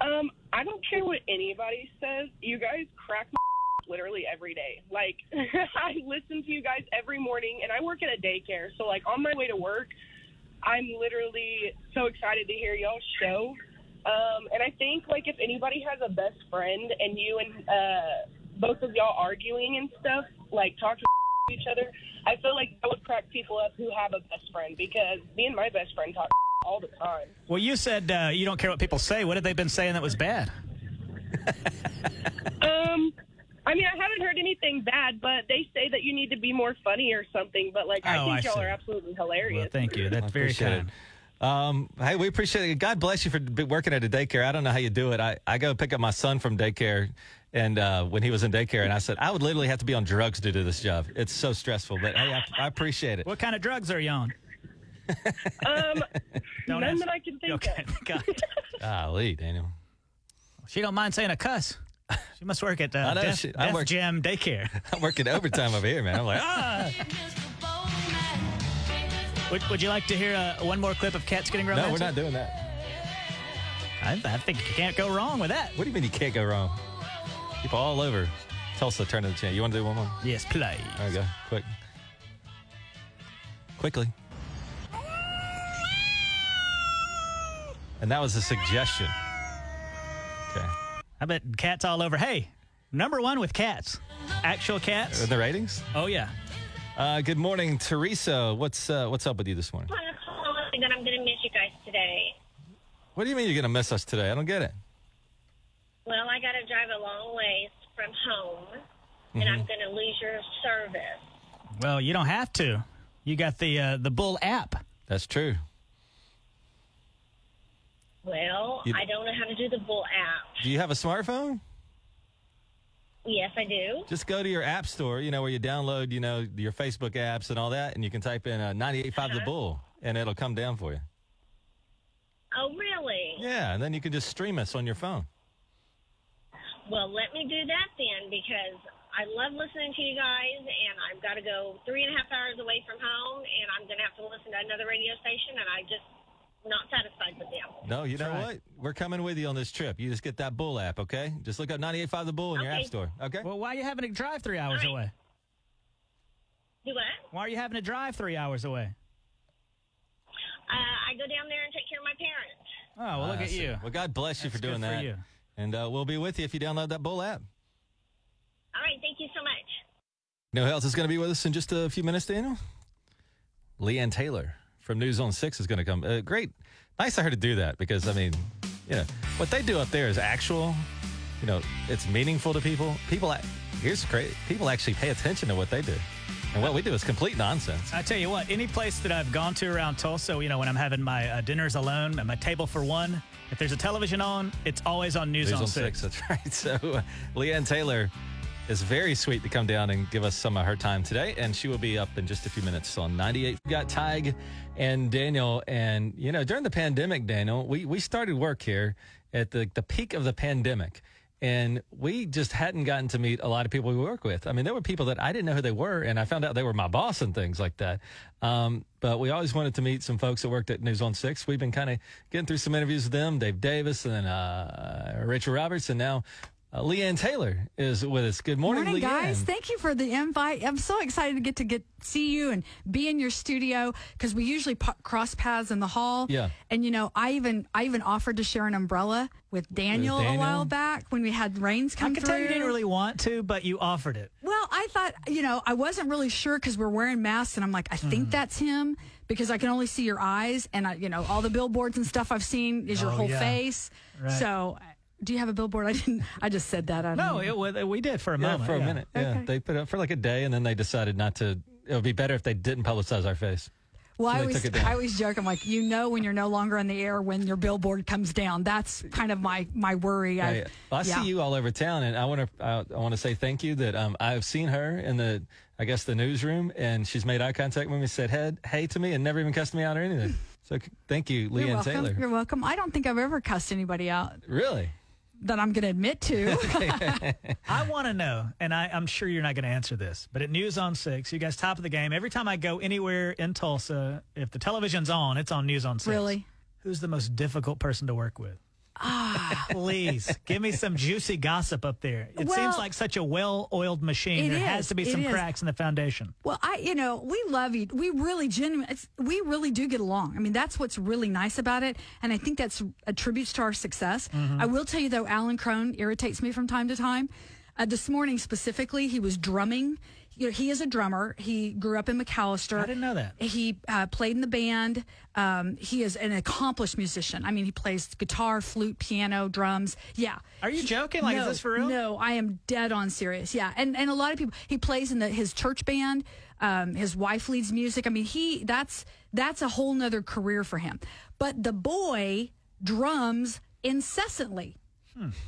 [SPEAKER 9] Um, I don't care what anybody says. You guys crack my (laughs) literally every day. Like, (laughs) I listen to you guys every morning, and I work at a daycare. So, like, on my way to work, I'm literally so excited to hear y'all's show. Um, and I think, like, if anybody has a best friend and you and uh, both of y'all arguing and stuff, like, talking to (laughs) each other, I feel like that would crack people up who have a best friend because me and my best friend talk (laughs) all the time.
[SPEAKER 2] Well, you said uh, you don't care what people say. What have they been saying that was bad?
[SPEAKER 9] Um, I mean, I haven't heard anything bad, but they say that you need to be more funny or something. But like, I
[SPEAKER 2] Oh,
[SPEAKER 9] think
[SPEAKER 2] I
[SPEAKER 9] y'all
[SPEAKER 2] see.
[SPEAKER 9] are absolutely
[SPEAKER 2] Well,
[SPEAKER 9] hilarious.
[SPEAKER 2] thank you. That's
[SPEAKER 1] I
[SPEAKER 2] very
[SPEAKER 1] appreciate
[SPEAKER 2] kind.
[SPEAKER 1] it. Um, hey, we appreciate it. God bless you for b- working at a daycare. I don't know how you do it. I, I go pick up my son from daycare, and uh, when he was in daycare, and I said I would literally have to be on drugs to do this job. It's so stressful, but hey, I, I appreciate it.
[SPEAKER 2] What kind of drugs are you on?
[SPEAKER 9] (laughs) um,
[SPEAKER 2] (laughs) Don't
[SPEAKER 9] none
[SPEAKER 2] ask.
[SPEAKER 9] that I can think
[SPEAKER 2] Okay. (laughs)
[SPEAKER 9] of.
[SPEAKER 2] God.
[SPEAKER 1] Golly, Daniel.
[SPEAKER 2] She don't mind saying a cuss. She must work at uh,
[SPEAKER 1] know,
[SPEAKER 2] Death,
[SPEAKER 1] she- I
[SPEAKER 2] Death
[SPEAKER 1] work-
[SPEAKER 2] Jam
[SPEAKER 1] (laughs)
[SPEAKER 2] Daycare.
[SPEAKER 1] I'm working overtime over here, man. I'm like, ah.
[SPEAKER 2] Would, would you like to hear uh, one more clip of cats getting
[SPEAKER 1] no, we're
[SPEAKER 2] romantic?
[SPEAKER 1] not doing that.
[SPEAKER 2] I, I think you can't go wrong with that.
[SPEAKER 1] What do you mean you can't go wrong? People all over. Tulsa, turn to the channel. You want to do one more?
[SPEAKER 2] Yes, play.
[SPEAKER 1] There we go. Quick. Quickly. And that was a suggestion. Okay.
[SPEAKER 2] I bet cats all over. Hey, number one with cats. Actual
[SPEAKER 1] In
[SPEAKER 2] cats.
[SPEAKER 1] the ratings?
[SPEAKER 2] Oh, yeah.
[SPEAKER 1] Uh, good morning, Teresa. What's uh, what's up with you this morning?
[SPEAKER 6] I'm gonna call and then I'm gonna miss you guys today.
[SPEAKER 1] What do you mean you're gonna miss us today? I don't get it.
[SPEAKER 6] Well, I gotta drive a long ways from home, and
[SPEAKER 2] Mm-hmm.
[SPEAKER 6] I'm gonna lose your service.
[SPEAKER 2] Well, you don't have to. You got the uh, the Bull app.
[SPEAKER 1] That's true.
[SPEAKER 6] Well,
[SPEAKER 1] You-
[SPEAKER 6] I don't know how to do the bull app.
[SPEAKER 1] Do you have a smartphone?
[SPEAKER 6] Yes, I do.
[SPEAKER 1] Just go to your app store, you know, where you download, you know, your Facebook apps and all that, and you can type in uh, 98.5 The Bull, and it'll come down for you.
[SPEAKER 6] Oh, really?
[SPEAKER 1] Yeah, and then you can just stream us on your phone.
[SPEAKER 6] Well, let me do that then because I love listening to you guys, and I've got to go three and a half hours away from home, and I'm gonna have to listen to another radio station, and I just not satisfied with them.
[SPEAKER 1] No, you know
[SPEAKER 2] That's right.
[SPEAKER 1] what? We're coming with you on this trip. You just get that Bull app, okay? Just look up 98.5 The Bull in your
[SPEAKER 6] Okay.
[SPEAKER 1] app store, okay?
[SPEAKER 2] Well, why are you having to drive three hours
[SPEAKER 6] Right.
[SPEAKER 2] away?
[SPEAKER 6] Do what?
[SPEAKER 2] Why are you having to drive three hours away?
[SPEAKER 6] Uh, I go down there and take care of my parents.
[SPEAKER 2] Oh, well, look
[SPEAKER 1] I
[SPEAKER 2] at
[SPEAKER 1] see.
[SPEAKER 2] you.
[SPEAKER 1] Well, God bless you
[SPEAKER 2] That's
[SPEAKER 1] for doing
[SPEAKER 2] good for
[SPEAKER 1] that.
[SPEAKER 2] you.
[SPEAKER 1] And uh, we'll be with you if you download that Bull app.
[SPEAKER 6] All right, thank you so much.
[SPEAKER 1] No else is going to be with us in just a few minutes, Daniel. Leanne Taylor from News on Six is going to come. Uh, great, nice of her to do that because I mean, you know, what they do up there is actual. You know, it's meaningful to people. People, ac- here's great. People actually pay attention to what they do, and what we do is complete nonsense.
[SPEAKER 2] I tell you what, any place that I've gone to around Tulsa, you know, when I'm having my uh, dinners alone at my table for one, if there's a television on, it's always on News,
[SPEAKER 1] News
[SPEAKER 2] on,
[SPEAKER 1] on
[SPEAKER 2] six.
[SPEAKER 1] Six. That's right. (laughs) So uh, Leanne Taylor is very sweet to come down and give us some of her time today, and she will be up in just a few minutes on 98. We got Tig and Daniel, and you know during the pandemic, Daniel, we we started work here at the the peak of the pandemic. And we just hadn't gotten to meet a lot of people we work with. I mean, there were people that I didn't know who they were, and I found out they were my boss and things like that. Um, but we always wanted to meet some folks that worked at News on Six. We've been kind of getting through some interviews with them, Dave Davis and then uh, Rachel Roberts, and now uh, Uh, Leanne Taylor is with us. Good morning,
[SPEAKER 5] Morning,
[SPEAKER 1] Leanne.
[SPEAKER 5] guys. Thank you for the invite. I'm so excited to get to get see you and be in your studio because we usually p- cross paths in the hall.
[SPEAKER 6] Yeah.
[SPEAKER 5] And you know, Oh, I even I even offered to share an umbrella with Daniel, a
[SPEAKER 2] Daniel?
[SPEAKER 5] while back when we had rains come
[SPEAKER 2] I could
[SPEAKER 5] through.
[SPEAKER 2] tell you didn't really want to, but you offered it.
[SPEAKER 5] Well, I thought, you know, I wasn't really sure because we're wearing masks, and I'm like, I think that's him because I can only see your eyes, and I, you know, all the billboards and stuff I've seen is your
[SPEAKER 2] Oh,
[SPEAKER 5] whole
[SPEAKER 2] yeah.
[SPEAKER 5] face.
[SPEAKER 2] Right.
[SPEAKER 5] So, uh, do you have a billboard? I didn't. I just said that. I don't
[SPEAKER 2] No,
[SPEAKER 5] know.
[SPEAKER 2] it, wa- we did for a
[SPEAKER 1] yeah,
[SPEAKER 2] moment.
[SPEAKER 1] for a minute. Yeah, they put it up for like a day, and then they decided not to. It would be better if they didn't publicize our face.
[SPEAKER 5] Well,
[SPEAKER 1] So
[SPEAKER 5] I
[SPEAKER 1] they
[SPEAKER 5] always,
[SPEAKER 1] took it down.
[SPEAKER 5] I always joke. I'm like, you know, when you're no longer on the air when your billboard comes down. That's kind of my my worry.
[SPEAKER 1] Yeah, yeah. Well, I see you all over town, and I want to I, I want to say thank you that um, I've seen her in the I guess the newsroom, and she's made eye contact with me, said hey, hey to me, and never even cussed me out or anything. so c- thank you,
[SPEAKER 5] You're
[SPEAKER 1] Leanne
[SPEAKER 5] welcome.
[SPEAKER 1] Taylor.
[SPEAKER 5] You're welcome. I don't think I've ever cussed anybody out
[SPEAKER 1] Really?
[SPEAKER 5] that I'm going to admit to.
[SPEAKER 2] I want to know, and I, I'm sure you're not going to answer this, but at News on Six, you guys top of the game. Every time I go anywhere in Tulsa, if the television's on, it's on News on Six.
[SPEAKER 5] Really?
[SPEAKER 2] Who's the most difficult person to work with?
[SPEAKER 5] ah,
[SPEAKER 2] (laughs) Please give me some juicy gossip up there. It seems
[SPEAKER 5] Well-
[SPEAKER 2] like such a well-oiled machine.
[SPEAKER 5] It
[SPEAKER 2] There
[SPEAKER 5] is.
[SPEAKER 2] has to be
[SPEAKER 5] It
[SPEAKER 2] some
[SPEAKER 5] is.
[SPEAKER 2] cracks in the foundation.
[SPEAKER 5] Well, I, you know, we love you. We really genuinely, it's, we really do get along. I mean, that's what's really nice about it. And I think that's attributes to our success.
[SPEAKER 6] Mhm.
[SPEAKER 5] I will tell you though, Alan Crone irritates me from time to time. Uh, this morning specifically, he was drumming. You know, he is a drummer. He grew up in McAllister. I didn't
[SPEAKER 2] know that.
[SPEAKER 5] He uh, played in the band. Um, he is an accomplished musician. I mean, he plays guitar, flute, piano, drums. Yeah.
[SPEAKER 2] Are you
[SPEAKER 5] He-
[SPEAKER 2] joking? Like, is
[SPEAKER 5] no,
[SPEAKER 2] this for real?
[SPEAKER 5] No, I am dead on serious. Yeah, and and a lot of people. He plays in the, his church band. Um, his wife leads music. I mean, he that's that's a whole nother career for him. But the boy drums incessantly.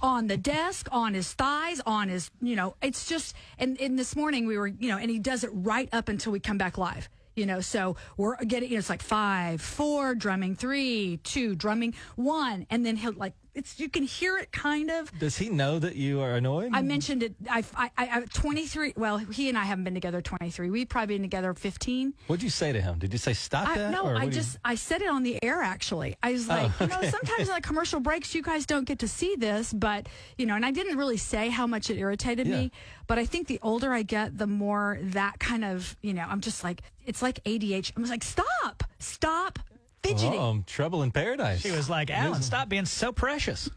[SPEAKER 5] On the desk, on his thighs, on his, you know, it's just, and, and this morning we were, you know, and he does it right up until we come back live, you know, so we're getting, you know, it's like five, four, drumming three, two, drumming one, and then he'll like, it's, you can hear it kind of,
[SPEAKER 1] Does he know that you are annoyed?
[SPEAKER 5] I mentioned it. I, I, I, I- 23. Well, he and I haven't been together 23. We've probably been together 15.
[SPEAKER 1] What'd you say to him? Did you say stop
[SPEAKER 5] I,
[SPEAKER 1] that?
[SPEAKER 5] no,
[SPEAKER 1] or
[SPEAKER 5] I
[SPEAKER 1] what do you-
[SPEAKER 5] just, I said it on the air actually. I was
[SPEAKER 1] Oh,
[SPEAKER 5] like, you
[SPEAKER 1] okay.
[SPEAKER 5] know, sometimes in the commercial breaks, you guys don't get to see this, but, you know, and I didn't really say how much it irritated me. But I think the older I get, the more that kind of, you know, I'm just like, it's like ADHD. I'm just like, stop, stop fidgeting.
[SPEAKER 1] Oh, um, trouble in paradise.
[SPEAKER 2] She was like, Alan, stop being so precious.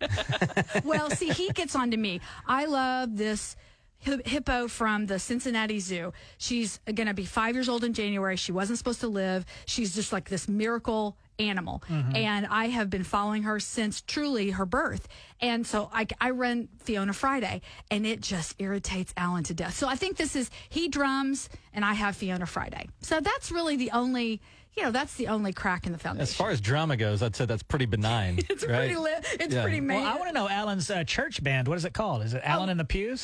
[SPEAKER 5] well, see, he gets onto me. I love this hi- hippo from the Cincinnati Zoo. She's going to be five years old in January. She wasn't supposed to live. She's just like this miracle animal.
[SPEAKER 6] Mhm.
[SPEAKER 5] And I have been following her since truly her birth. And so I, I run Fiona Friday, and it just irritates Alan to death. So I think this is he drums, and I have Fiona Friday. So that's really the only. You know, that's the only crack in the foundation.
[SPEAKER 1] As far as drama goes, I'd say that's pretty benign. it's
[SPEAKER 5] pretty li- (laughs) it's pretty ma-
[SPEAKER 2] Well, I want to know Alan's uh, church band. What is it called? Is it Alan
[SPEAKER 9] Oh.
[SPEAKER 2] in the
[SPEAKER 9] (laughs)
[SPEAKER 2] Pews?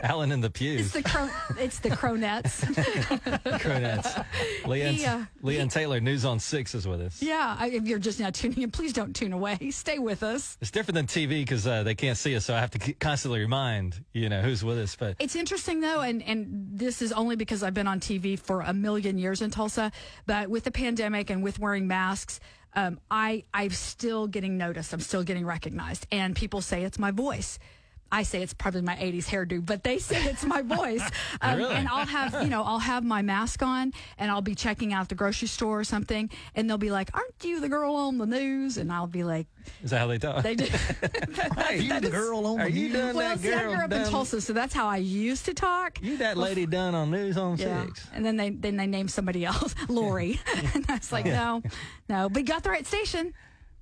[SPEAKER 1] Alan in the pews.
[SPEAKER 5] It's the cro- it's the cronettes.
[SPEAKER 1] (laughs)
[SPEAKER 5] (laughs)
[SPEAKER 1] Cronettes. Leanne,
[SPEAKER 5] He, uh,
[SPEAKER 1] Leanne Taylor, News on Six is with us.
[SPEAKER 5] Yeah, I, if you're just now tuning in, please don't tune away. (laughs) Stay with us.
[SPEAKER 1] It's different than TV because uh, they can't see us, so I have to keep- constantly remind you know who's with us. But
[SPEAKER 5] It's interesting though, and and this is only because I've been on TV for a million years in Tulsa, but with the pandemic and with wearing masks. Um, I I'm still getting noticed. I'm still getting recognized, and people say it's my voice. I say it's probably my '80s hairdo, but they say it's my voice.
[SPEAKER 1] Oh,
[SPEAKER 6] Really?
[SPEAKER 5] um, And
[SPEAKER 10] (laughs)
[SPEAKER 5] I'll have you know I'll have my mask on, and I'll be checking out the grocery store or something, and they'll be like, "Aren't you the girl on the news?" And I'll be like,
[SPEAKER 1] is that how they talk?
[SPEAKER 5] They do.
[SPEAKER 1] Are you the girl on Are the you news? doing
[SPEAKER 5] well,
[SPEAKER 1] that
[SPEAKER 5] see, I
[SPEAKER 1] girl
[SPEAKER 5] grew up
[SPEAKER 1] down-
[SPEAKER 5] in Tulsa, so that's how I used to talk.
[SPEAKER 1] You that lady done on News on Six.
[SPEAKER 5] And then they then they named somebody else, (laughs) Lori. and I was like, no, no. But you got the right station.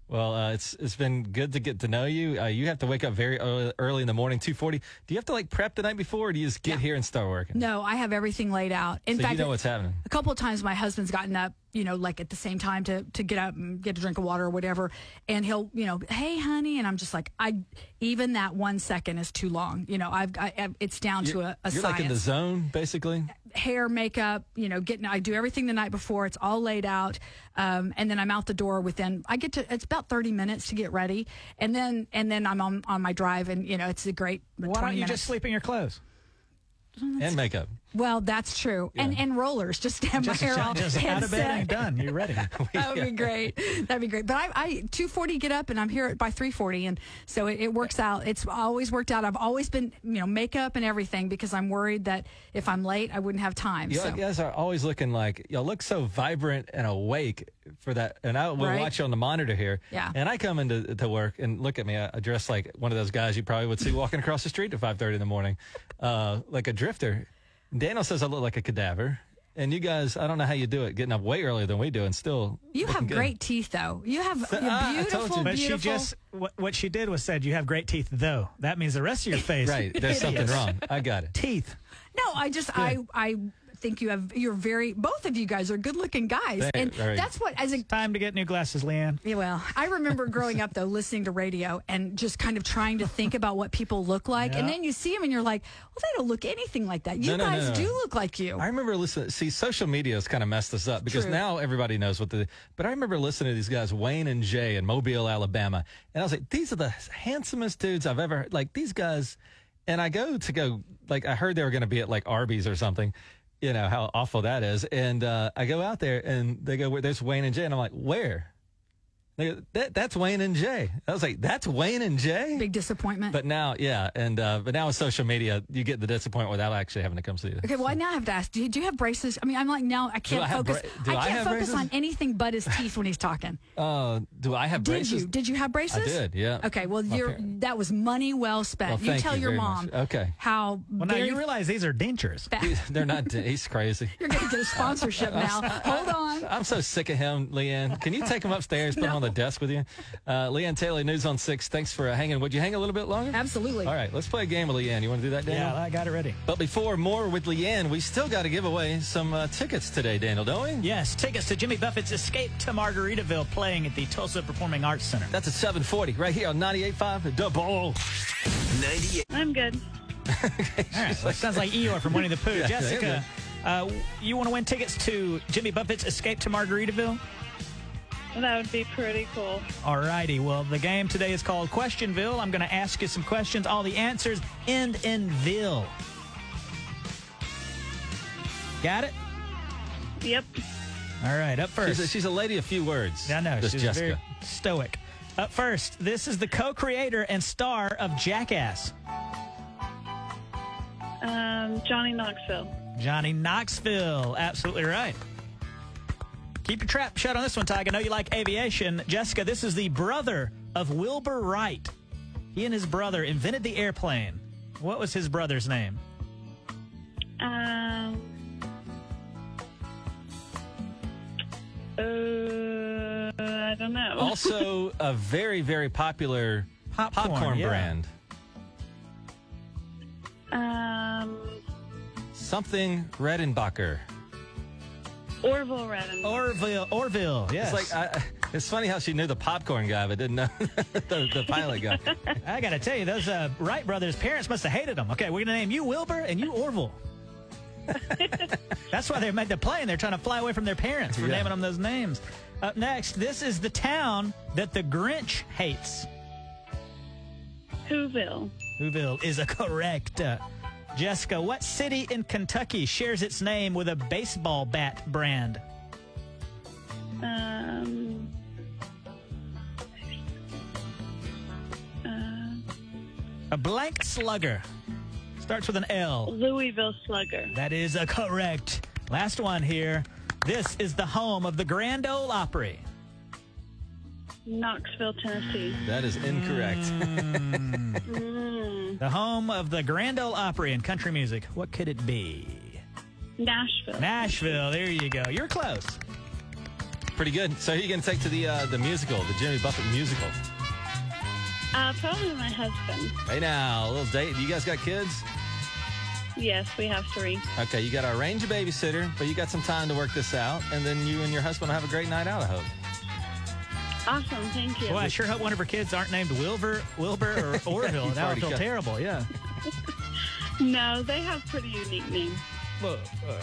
[SPEAKER 1] Well, uh, it's it's been good to get to know you. Uh, you have to wake up very early, early in the morning, two forty. Do you have to like prep the night before, or do you just get here and start working?
[SPEAKER 5] No, I have everything laid out. In
[SPEAKER 1] so
[SPEAKER 5] fact,
[SPEAKER 1] you know what's happening.
[SPEAKER 5] a couple of times my husband's gotten up, you know, like at the same time to to get up and get a drink of water or whatever, and he'll, you know, hey honey, and I'm just like, I even that one second is too long. You know, I've I, it's down to a, a
[SPEAKER 1] You're
[SPEAKER 5] science.
[SPEAKER 1] like in the zone, basically.
[SPEAKER 5] hair, makeup, you know, getting, I do everything the night before. It's all laid out. Um, and then I'm out the door within, I get to, it's about 30 minutes to get ready. And then, and then I'm on, on my drive and, you know, it's a great.
[SPEAKER 2] Why don't you just sleep in your clothes?
[SPEAKER 1] and makeup.
[SPEAKER 9] Well, that's true. And and rollers, just to have
[SPEAKER 2] Just-
[SPEAKER 9] my hair all
[SPEAKER 2] just out of bed
[SPEAKER 9] headset.
[SPEAKER 2] and done. You're (laughs) ready.
[SPEAKER 9] That would be great. (laughs) That'd be great. But I, I two forty get up and I'm here by three forty, and so it, it works out. It's always worked out. I've always been, you know, makeup and everything because I'm worried that if I'm late, I wouldn't have time.
[SPEAKER 1] You
[SPEAKER 9] so.
[SPEAKER 1] guys are always looking like y'all look so vibrant and awake for that. And I will
[SPEAKER 9] Right.
[SPEAKER 1] watch you on the monitor here.
[SPEAKER 9] Yeah.
[SPEAKER 1] And I come into to work and look at me. I I dress like one of those guys you probably would see walking across the street at five thirty in the morning, uh, like a drifter. Daniel says I look like a cadaver. And you guys, I don't know how you do it, getting up way earlier than we do, and still
[SPEAKER 9] You have
[SPEAKER 1] looking good.
[SPEAKER 9] great teeth, though. You have
[SPEAKER 1] So-
[SPEAKER 9] you're
[SPEAKER 1] ah, I told
[SPEAKER 9] beautiful, beautiful.
[SPEAKER 2] But she just what, what she did was said you have great teeth though. That means the rest of
[SPEAKER 9] (laughs)
[SPEAKER 2] your face.
[SPEAKER 1] Right, there's something
[SPEAKER 2] Idiots.
[SPEAKER 1] wrong. I got it.
[SPEAKER 2] Teeth.
[SPEAKER 9] No, I just I I think you have you're very both of you guys are good looking guys,
[SPEAKER 2] Thank-
[SPEAKER 9] and
[SPEAKER 2] very-
[SPEAKER 9] that's what as a
[SPEAKER 2] Time to get new glasses, Leanne.
[SPEAKER 9] Yeah, well, I remember growing up though listening to radio and just kind of trying to think about what people look like, and
[SPEAKER 1] Yeah.
[SPEAKER 9] then you see them and you're like, well, they don't look anything like that. You
[SPEAKER 1] No, no, no,
[SPEAKER 9] guys
[SPEAKER 1] no.
[SPEAKER 9] do look like you.
[SPEAKER 1] I remember listening. See, social media has kind of messed us up because
[SPEAKER 9] True.
[SPEAKER 1] now everybody knows what the. But I remember listening to these guys, Wayne and Jay, in Mobile, Alabama, and I was like, these are the handsomest dudes I've ever like. These guys, and I go to go like I heard they were going to be at like Arby's or something. You know how awful that is, and uh, I go out there and they go, "Where- "There's Wayne and Jay," and I'm like, "Where?" They go, that, that's Wayne and Jay. I was like, "That's Wayne and Jay."
[SPEAKER 9] Big disappointment.
[SPEAKER 1] But now, yeah, and uh, but now with social media, you get the disappointment without actually having to come see it.
[SPEAKER 9] Okay, well, I now have to ask: Do you, do you have braces? I mean, I'm like, no, I can't
[SPEAKER 1] I have
[SPEAKER 9] focus.
[SPEAKER 1] bra- do I
[SPEAKER 9] I can't
[SPEAKER 1] have
[SPEAKER 9] focus
[SPEAKER 1] braces?
[SPEAKER 9] on anything but his teeth when he's talking.
[SPEAKER 1] Uh, do I have
[SPEAKER 9] did
[SPEAKER 1] braces?
[SPEAKER 9] you? Did you have braces?
[SPEAKER 1] did, yeah.
[SPEAKER 9] Okay. Well,
[SPEAKER 1] My
[SPEAKER 9] you're, that was money well spent.
[SPEAKER 1] Well,
[SPEAKER 9] you
[SPEAKER 1] thank
[SPEAKER 9] tell your
[SPEAKER 1] very
[SPEAKER 9] mom
[SPEAKER 1] much. Okay.
[SPEAKER 9] how.
[SPEAKER 2] Well, now
[SPEAKER 9] very
[SPEAKER 2] you realize these are dentures.
[SPEAKER 1] They're not. He's crazy.
[SPEAKER 9] (laughs) You're going to get
[SPEAKER 1] (laughs)
[SPEAKER 9] a sponsorship now. Hold on.
[SPEAKER 1] I'm so sick of him, Leanne. Can you take him upstairs,
[SPEAKER 9] (laughs)
[SPEAKER 1] put him on the desk with you? Uh, Leanne Taylor, News on Six. Thanks for uh, hanging. Would you hang a little bit longer?
[SPEAKER 9] Absolutely.
[SPEAKER 1] All right, let's play a game with Leanne. You want to do that, Daniel?
[SPEAKER 2] Yeah, I got it ready.
[SPEAKER 1] But before more with Leanne, we still got to give away some uh, tickets today, Daniel, don't we?
[SPEAKER 2] Yes, tickets to Jimmy Buffett's Escape to Margaritaville playing at the Tulsa Performing Arts Center.
[SPEAKER 1] That's at 740 right here on 98.5 The Ball.
[SPEAKER 2] 98.
[SPEAKER 10] I'm good.
[SPEAKER 2] All right, well, it sounds like Eeyore from Winnie the Pooh.
[SPEAKER 1] (laughs) Yeah,
[SPEAKER 2] Jessica, uh, you want to win tickets to Jimmy Buffett's Escape to Margaritaville?
[SPEAKER 10] That would be pretty cool.
[SPEAKER 2] All righty. Well, the game today is called Questionville. I'm going to ask you some questions. All the answers end in Ville. Got it?
[SPEAKER 10] Yep.
[SPEAKER 2] All right, up first.
[SPEAKER 1] She's a, she's a lady of few words.
[SPEAKER 2] I know.
[SPEAKER 1] This
[SPEAKER 2] She's
[SPEAKER 1] Jessica.
[SPEAKER 2] (laughs) very stoic. Up first, this is the co creator and star of Jackass,
[SPEAKER 10] Um, Johnny Knoxville.
[SPEAKER 2] Johnny Knoxville. Absolutely right. Keep your trap shut on this one, Tig. I know you like aviation. Jessica, this is the brother of Wilbur Wright. He and his brother invented the airplane. What was his brother's name?
[SPEAKER 10] Um. Uh, I don't know.
[SPEAKER 1] also a very, very popular
[SPEAKER 2] popcorn, yeah.
[SPEAKER 1] brand.
[SPEAKER 10] um,
[SPEAKER 1] Something Redenbacher.
[SPEAKER 10] Orville Redding.
[SPEAKER 2] Orville. Orville. Yes.
[SPEAKER 1] It's like I, it's funny how she knew the popcorn guy but didn't know (laughs) the, the pilot guy.
[SPEAKER 2] I got to tell you, those uh, Wright brothers' parents must have hated them. Okay, we're going to name you Wilbur and you Orville. That's why they made the plane. They're trying to fly away from their parents for
[SPEAKER 1] Yeah.
[SPEAKER 2] naming them those names. Up next, this is the town that the Grinch hates.
[SPEAKER 10] Whoville.
[SPEAKER 2] Whoville is a correct. Uh, Jessica, what city in Kentucky shares its name with a baseball bat brand?
[SPEAKER 10] Um. Uh,
[SPEAKER 2] A blank slugger. Starts with an L.
[SPEAKER 10] Louisville Slugger.
[SPEAKER 2] That is a correct. Last one here. This is the home of the Grand Ole Opry.
[SPEAKER 10] Knoxville, Tennessee.
[SPEAKER 1] That is incorrect.
[SPEAKER 10] Mm,
[SPEAKER 2] The home of the Grand Ole Opry in country music. What could it be?
[SPEAKER 10] Nashville.
[SPEAKER 2] Nashville. There you go. You're close.
[SPEAKER 1] (laughs) Pretty good. So who you going to take to the uh, the musical, the Jimmy Buffett musical?
[SPEAKER 10] Uh, probably my husband.
[SPEAKER 1] Hey now, a little date. You guys got kids?
[SPEAKER 10] Yes, we have three.
[SPEAKER 1] Okay, you got to arrange a babysitter, but you got some time to work this out, and then you and your husband will have a great night out. I hope.
[SPEAKER 10] Awesome. Thank you.
[SPEAKER 2] Well, I sure hope one of her kids aren't named Wilbur,
[SPEAKER 1] (laughs)
[SPEAKER 2] Wilbur, or Orville.
[SPEAKER 1] You've
[SPEAKER 2] that would
[SPEAKER 1] already
[SPEAKER 2] feel
[SPEAKER 1] got-
[SPEAKER 2] terrible. Yeah.
[SPEAKER 10] No, they have pretty unique names.
[SPEAKER 2] Well, uh,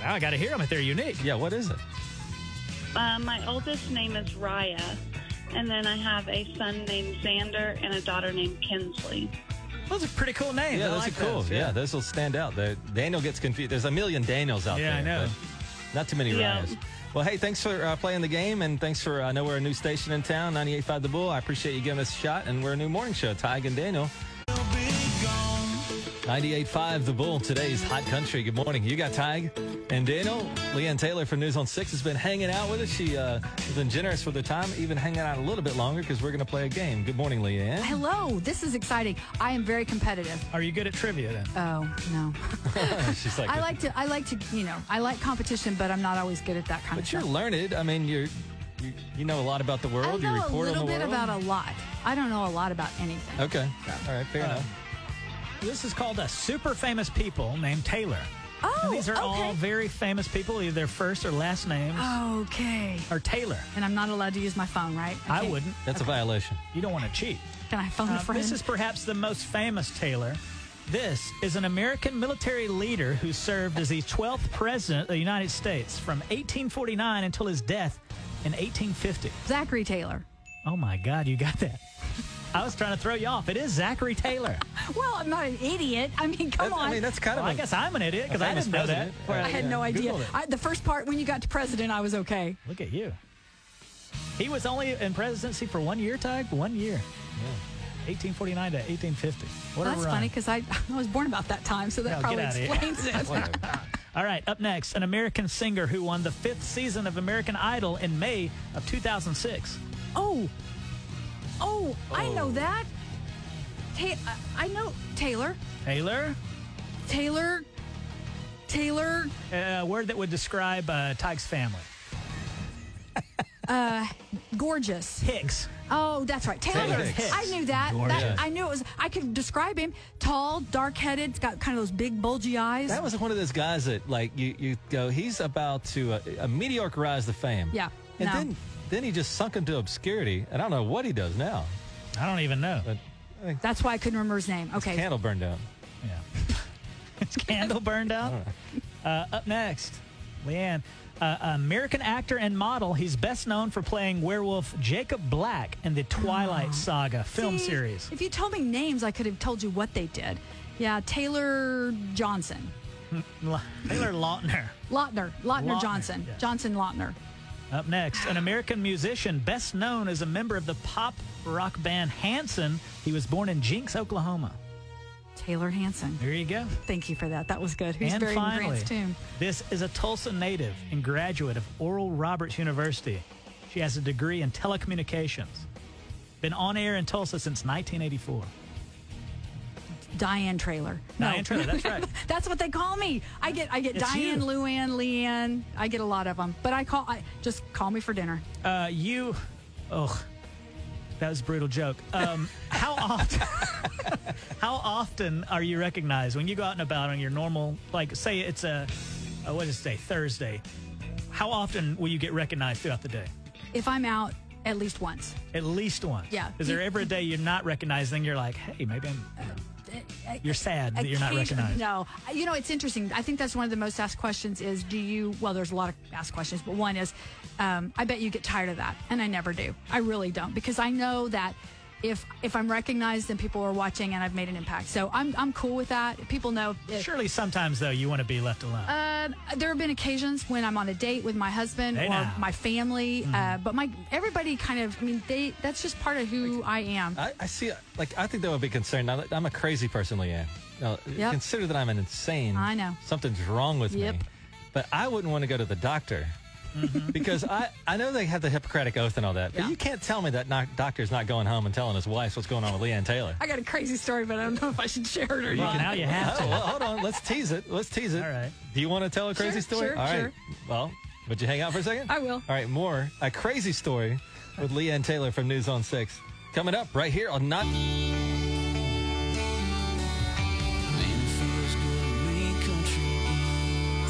[SPEAKER 2] now I got to hear them if they're unique.
[SPEAKER 1] Yeah. What is it?
[SPEAKER 10] Uh, my oldest name is Raya, and then I have a son named Xander and a daughter named Kinsley.
[SPEAKER 2] Those are pretty cool names.
[SPEAKER 1] Yeah,
[SPEAKER 2] I
[SPEAKER 1] those
[SPEAKER 2] like
[SPEAKER 1] are cool.
[SPEAKER 2] those,
[SPEAKER 1] Yeah. those will stand out. The, Daniel gets confused. There's a million Daniels out
[SPEAKER 2] Yeah, I
[SPEAKER 1] there.
[SPEAKER 2] know.
[SPEAKER 1] but Not too many
[SPEAKER 2] Yeah.
[SPEAKER 1] Ryans. Well, hey, thanks for uh, playing the game, and thanks for, uh, I know we're a new station in town, 98.5 The Bull. I appreciate you giving us a shot, and we're a new morning show, Tig and Daniel. 98.5 The Bull, today's hot country. Good morning. You got Tig and Daniel. Leanne Taylor from News on 6 has been hanging out with us. She uh, has been generous with her time, even hanging out a little bit longer because we're going to play a game. Good morning, Leanne.
[SPEAKER 9] Hello, this is exciting. I am very competitive.
[SPEAKER 2] Are you good at trivia then?
[SPEAKER 9] Oh no,
[SPEAKER 1] (laughs) She's like,
[SPEAKER 9] I like to. I like to. You know, I like competition, but I'm not always good at that kind of
[SPEAKER 1] But
[SPEAKER 9] stuff.
[SPEAKER 1] you're learned. I mean, you're, you you know a lot about the world.
[SPEAKER 9] I
[SPEAKER 1] you
[SPEAKER 9] know a
[SPEAKER 1] report
[SPEAKER 9] little
[SPEAKER 1] on the
[SPEAKER 9] bit
[SPEAKER 1] world.
[SPEAKER 9] about a lot. I don't know a lot about anything.
[SPEAKER 1] Okay. All right. Fair
[SPEAKER 2] Uh,
[SPEAKER 1] enough.
[SPEAKER 2] This is called a super famous people named Taylor.
[SPEAKER 9] Oh,
[SPEAKER 2] and these are all
[SPEAKER 9] okay.
[SPEAKER 2] very famous people, either their first or last names.
[SPEAKER 9] Okay.
[SPEAKER 2] Or Taylor.
[SPEAKER 9] And I'm not allowed to use my phone, right?
[SPEAKER 2] I
[SPEAKER 9] can't-
[SPEAKER 2] wouldn't.
[SPEAKER 1] That's a violation.
[SPEAKER 2] You don't want to cheat.
[SPEAKER 9] Can I phone a
[SPEAKER 2] Uh,
[SPEAKER 9] friend?
[SPEAKER 2] this is perhaps the most famous Taylor. This is an American military leader who served as the 12th president of the United States from 1849 until his death in 1850.
[SPEAKER 9] Zachary Taylor.
[SPEAKER 2] Oh my God, you got that. I was trying to throw you off. It is Zachary Taylor.
[SPEAKER 9] Well, I'm not an idiot. I mean, (laughs) come
[SPEAKER 2] That's- I
[SPEAKER 9] on.
[SPEAKER 2] mean, that's kind of Well, I a- guess I'm an idiot, a 'cause I famous didn't know that. president. Well,
[SPEAKER 9] I had
[SPEAKER 2] yeah.
[SPEAKER 9] no idea.
[SPEAKER 2] Googled it.
[SPEAKER 9] I, the first part, when you got to president, I was okay.
[SPEAKER 2] Look at you. He was only in presidency for one year, Tig? One year. Yeah. 1849 to 1850. What
[SPEAKER 9] That's
[SPEAKER 2] a run.
[SPEAKER 9] funny because I, (laughs) I was born about that time, so that
[SPEAKER 2] No,
[SPEAKER 9] probably
[SPEAKER 2] get outta here. (laughs)
[SPEAKER 9] explains it.
[SPEAKER 2] All right, up next, an American singer who won the fifth season of American Idol in May of 2006.
[SPEAKER 9] Oh, oh, I know that. Ta- I- I know Taylor.
[SPEAKER 2] Taylor?
[SPEAKER 9] Taylor. Taylor.
[SPEAKER 2] uh, A word that would describe uh, Tig's family.
[SPEAKER 9] Uh, gorgeous.
[SPEAKER 2] Hicks.
[SPEAKER 9] Oh, that's right. Taylor,
[SPEAKER 2] Taylor
[SPEAKER 9] Hicks.
[SPEAKER 2] Hicks.
[SPEAKER 9] I knew that.
[SPEAKER 2] Gorgeous.
[SPEAKER 9] that. I knew it was. I could describe him. Tall, dark headed. It's got kind of those big bulgy eyes.
[SPEAKER 1] That was one of those guys that like you you go. He's about to uh, a meteoric rise to fame.
[SPEAKER 9] Yeah,
[SPEAKER 1] And
[SPEAKER 9] no.
[SPEAKER 1] then then he just sunk into obscurity, and I don't know what he does now.
[SPEAKER 2] I don't even know.
[SPEAKER 1] But
[SPEAKER 9] That's why I couldn't remember his name. Okay.
[SPEAKER 1] candle burned out.
[SPEAKER 2] (laughs) Candle burned out. Uh, up next, Leanne, uh, American actor and model. He's best known for playing werewolf Jacob Black in the Twilight Saga film
[SPEAKER 9] See,
[SPEAKER 2] series.
[SPEAKER 9] If you told me names, I could have told you what they did. Yeah, Taylor Johnson.
[SPEAKER 2] Hmm, Taylor Lautner.
[SPEAKER 9] Lautner. Lautner,
[SPEAKER 2] Lautner,
[SPEAKER 9] Johnson. Johnson Lautner.
[SPEAKER 2] Up next, an American musician best known as a member of the pop rock band Hanson. He was born in Jinx, Oklahoma.
[SPEAKER 9] Taylor Hanson.
[SPEAKER 2] There you go.
[SPEAKER 9] Thank you for that. That was good. Who's
[SPEAKER 2] and
[SPEAKER 9] buried
[SPEAKER 2] finally,
[SPEAKER 9] in Grant's tomb?
[SPEAKER 2] This is a Tulsa native and graduate of Oral Roberts University. She has a degree in telecommunications. Been on air in Tulsa since 1984.
[SPEAKER 9] Diane Trailer.
[SPEAKER 2] Diane Traylor,
[SPEAKER 9] (laughs)
[SPEAKER 2] that's right.
[SPEAKER 9] that's what they call me. I get I get
[SPEAKER 2] It's
[SPEAKER 9] Diane,
[SPEAKER 2] you.
[SPEAKER 9] Luann, Leanne. I get a lot of them. But I call I just call me for dinner.
[SPEAKER 2] Uh, you, oh, that was a brutal joke. Um, how often? (laughs) how often are you recognized when you go out and about on your normal, like, say it's a, a what is today, Thursday? How often will you get recognized throughout the day?
[SPEAKER 9] If I'm out at least once.
[SPEAKER 2] At least once.
[SPEAKER 9] Yeah.
[SPEAKER 2] Is there ever a day you're not recognized? Then you're like, hey, maybe I'm. You're sad that you're not
[SPEAKER 9] Uh, Occasion-
[SPEAKER 2] recognized.
[SPEAKER 9] No, you know it's interesting. I think that's one of the most asked questions. Is do you? Well, there's a lot of asked questions, but one is, um, I bet you get tired of that, and I never do. I really don't because I know that if if I'm recognized, then people are watching, and I've made an impact. So I'm I'm cool with that. People know. It,
[SPEAKER 2] Surely sometimes though you want to be left alone.
[SPEAKER 9] Um, there have been occasions when I'm on a date with my husband
[SPEAKER 2] Hey
[SPEAKER 9] or
[SPEAKER 2] now.
[SPEAKER 9] my family,
[SPEAKER 1] Mm-hmm.
[SPEAKER 9] uh, but my everybody kind of. I mean, they that's just part of who I am.
[SPEAKER 1] I, I see. Like I think that would be concerned. Now, I'm a crazy person, Leanne. Now,
[SPEAKER 9] Yep.
[SPEAKER 1] Consider that I'm an insane.
[SPEAKER 9] I know.
[SPEAKER 1] something's wrong with me.
[SPEAKER 9] Yep.
[SPEAKER 1] But I wouldn't want to go to the doctor. because I, I know they have the Hippocratic Oath and all that, but you can't tell me that not, doctor's not going home and telling his wife what's going on with Leanne
[SPEAKER 9] (laughs)
[SPEAKER 1] Taylor.
[SPEAKER 9] I got a crazy story, but I don't know if I should share it or
[SPEAKER 2] Well,
[SPEAKER 9] not.
[SPEAKER 2] now you have
[SPEAKER 1] Oh,
[SPEAKER 2] to.
[SPEAKER 1] well, hold on. Let's tease it. Let's tease it. All right. Do you want to tell a crazy
[SPEAKER 9] Sure,
[SPEAKER 1] story?
[SPEAKER 9] sure,
[SPEAKER 1] All right.
[SPEAKER 9] sure.
[SPEAKER 1] Well, would you hang out for a second?
[SPEAKER 9] I will.
[SPEAKER 1] All right. More a crazy story with Leanne Taylor from News on Six coming up right here on Not.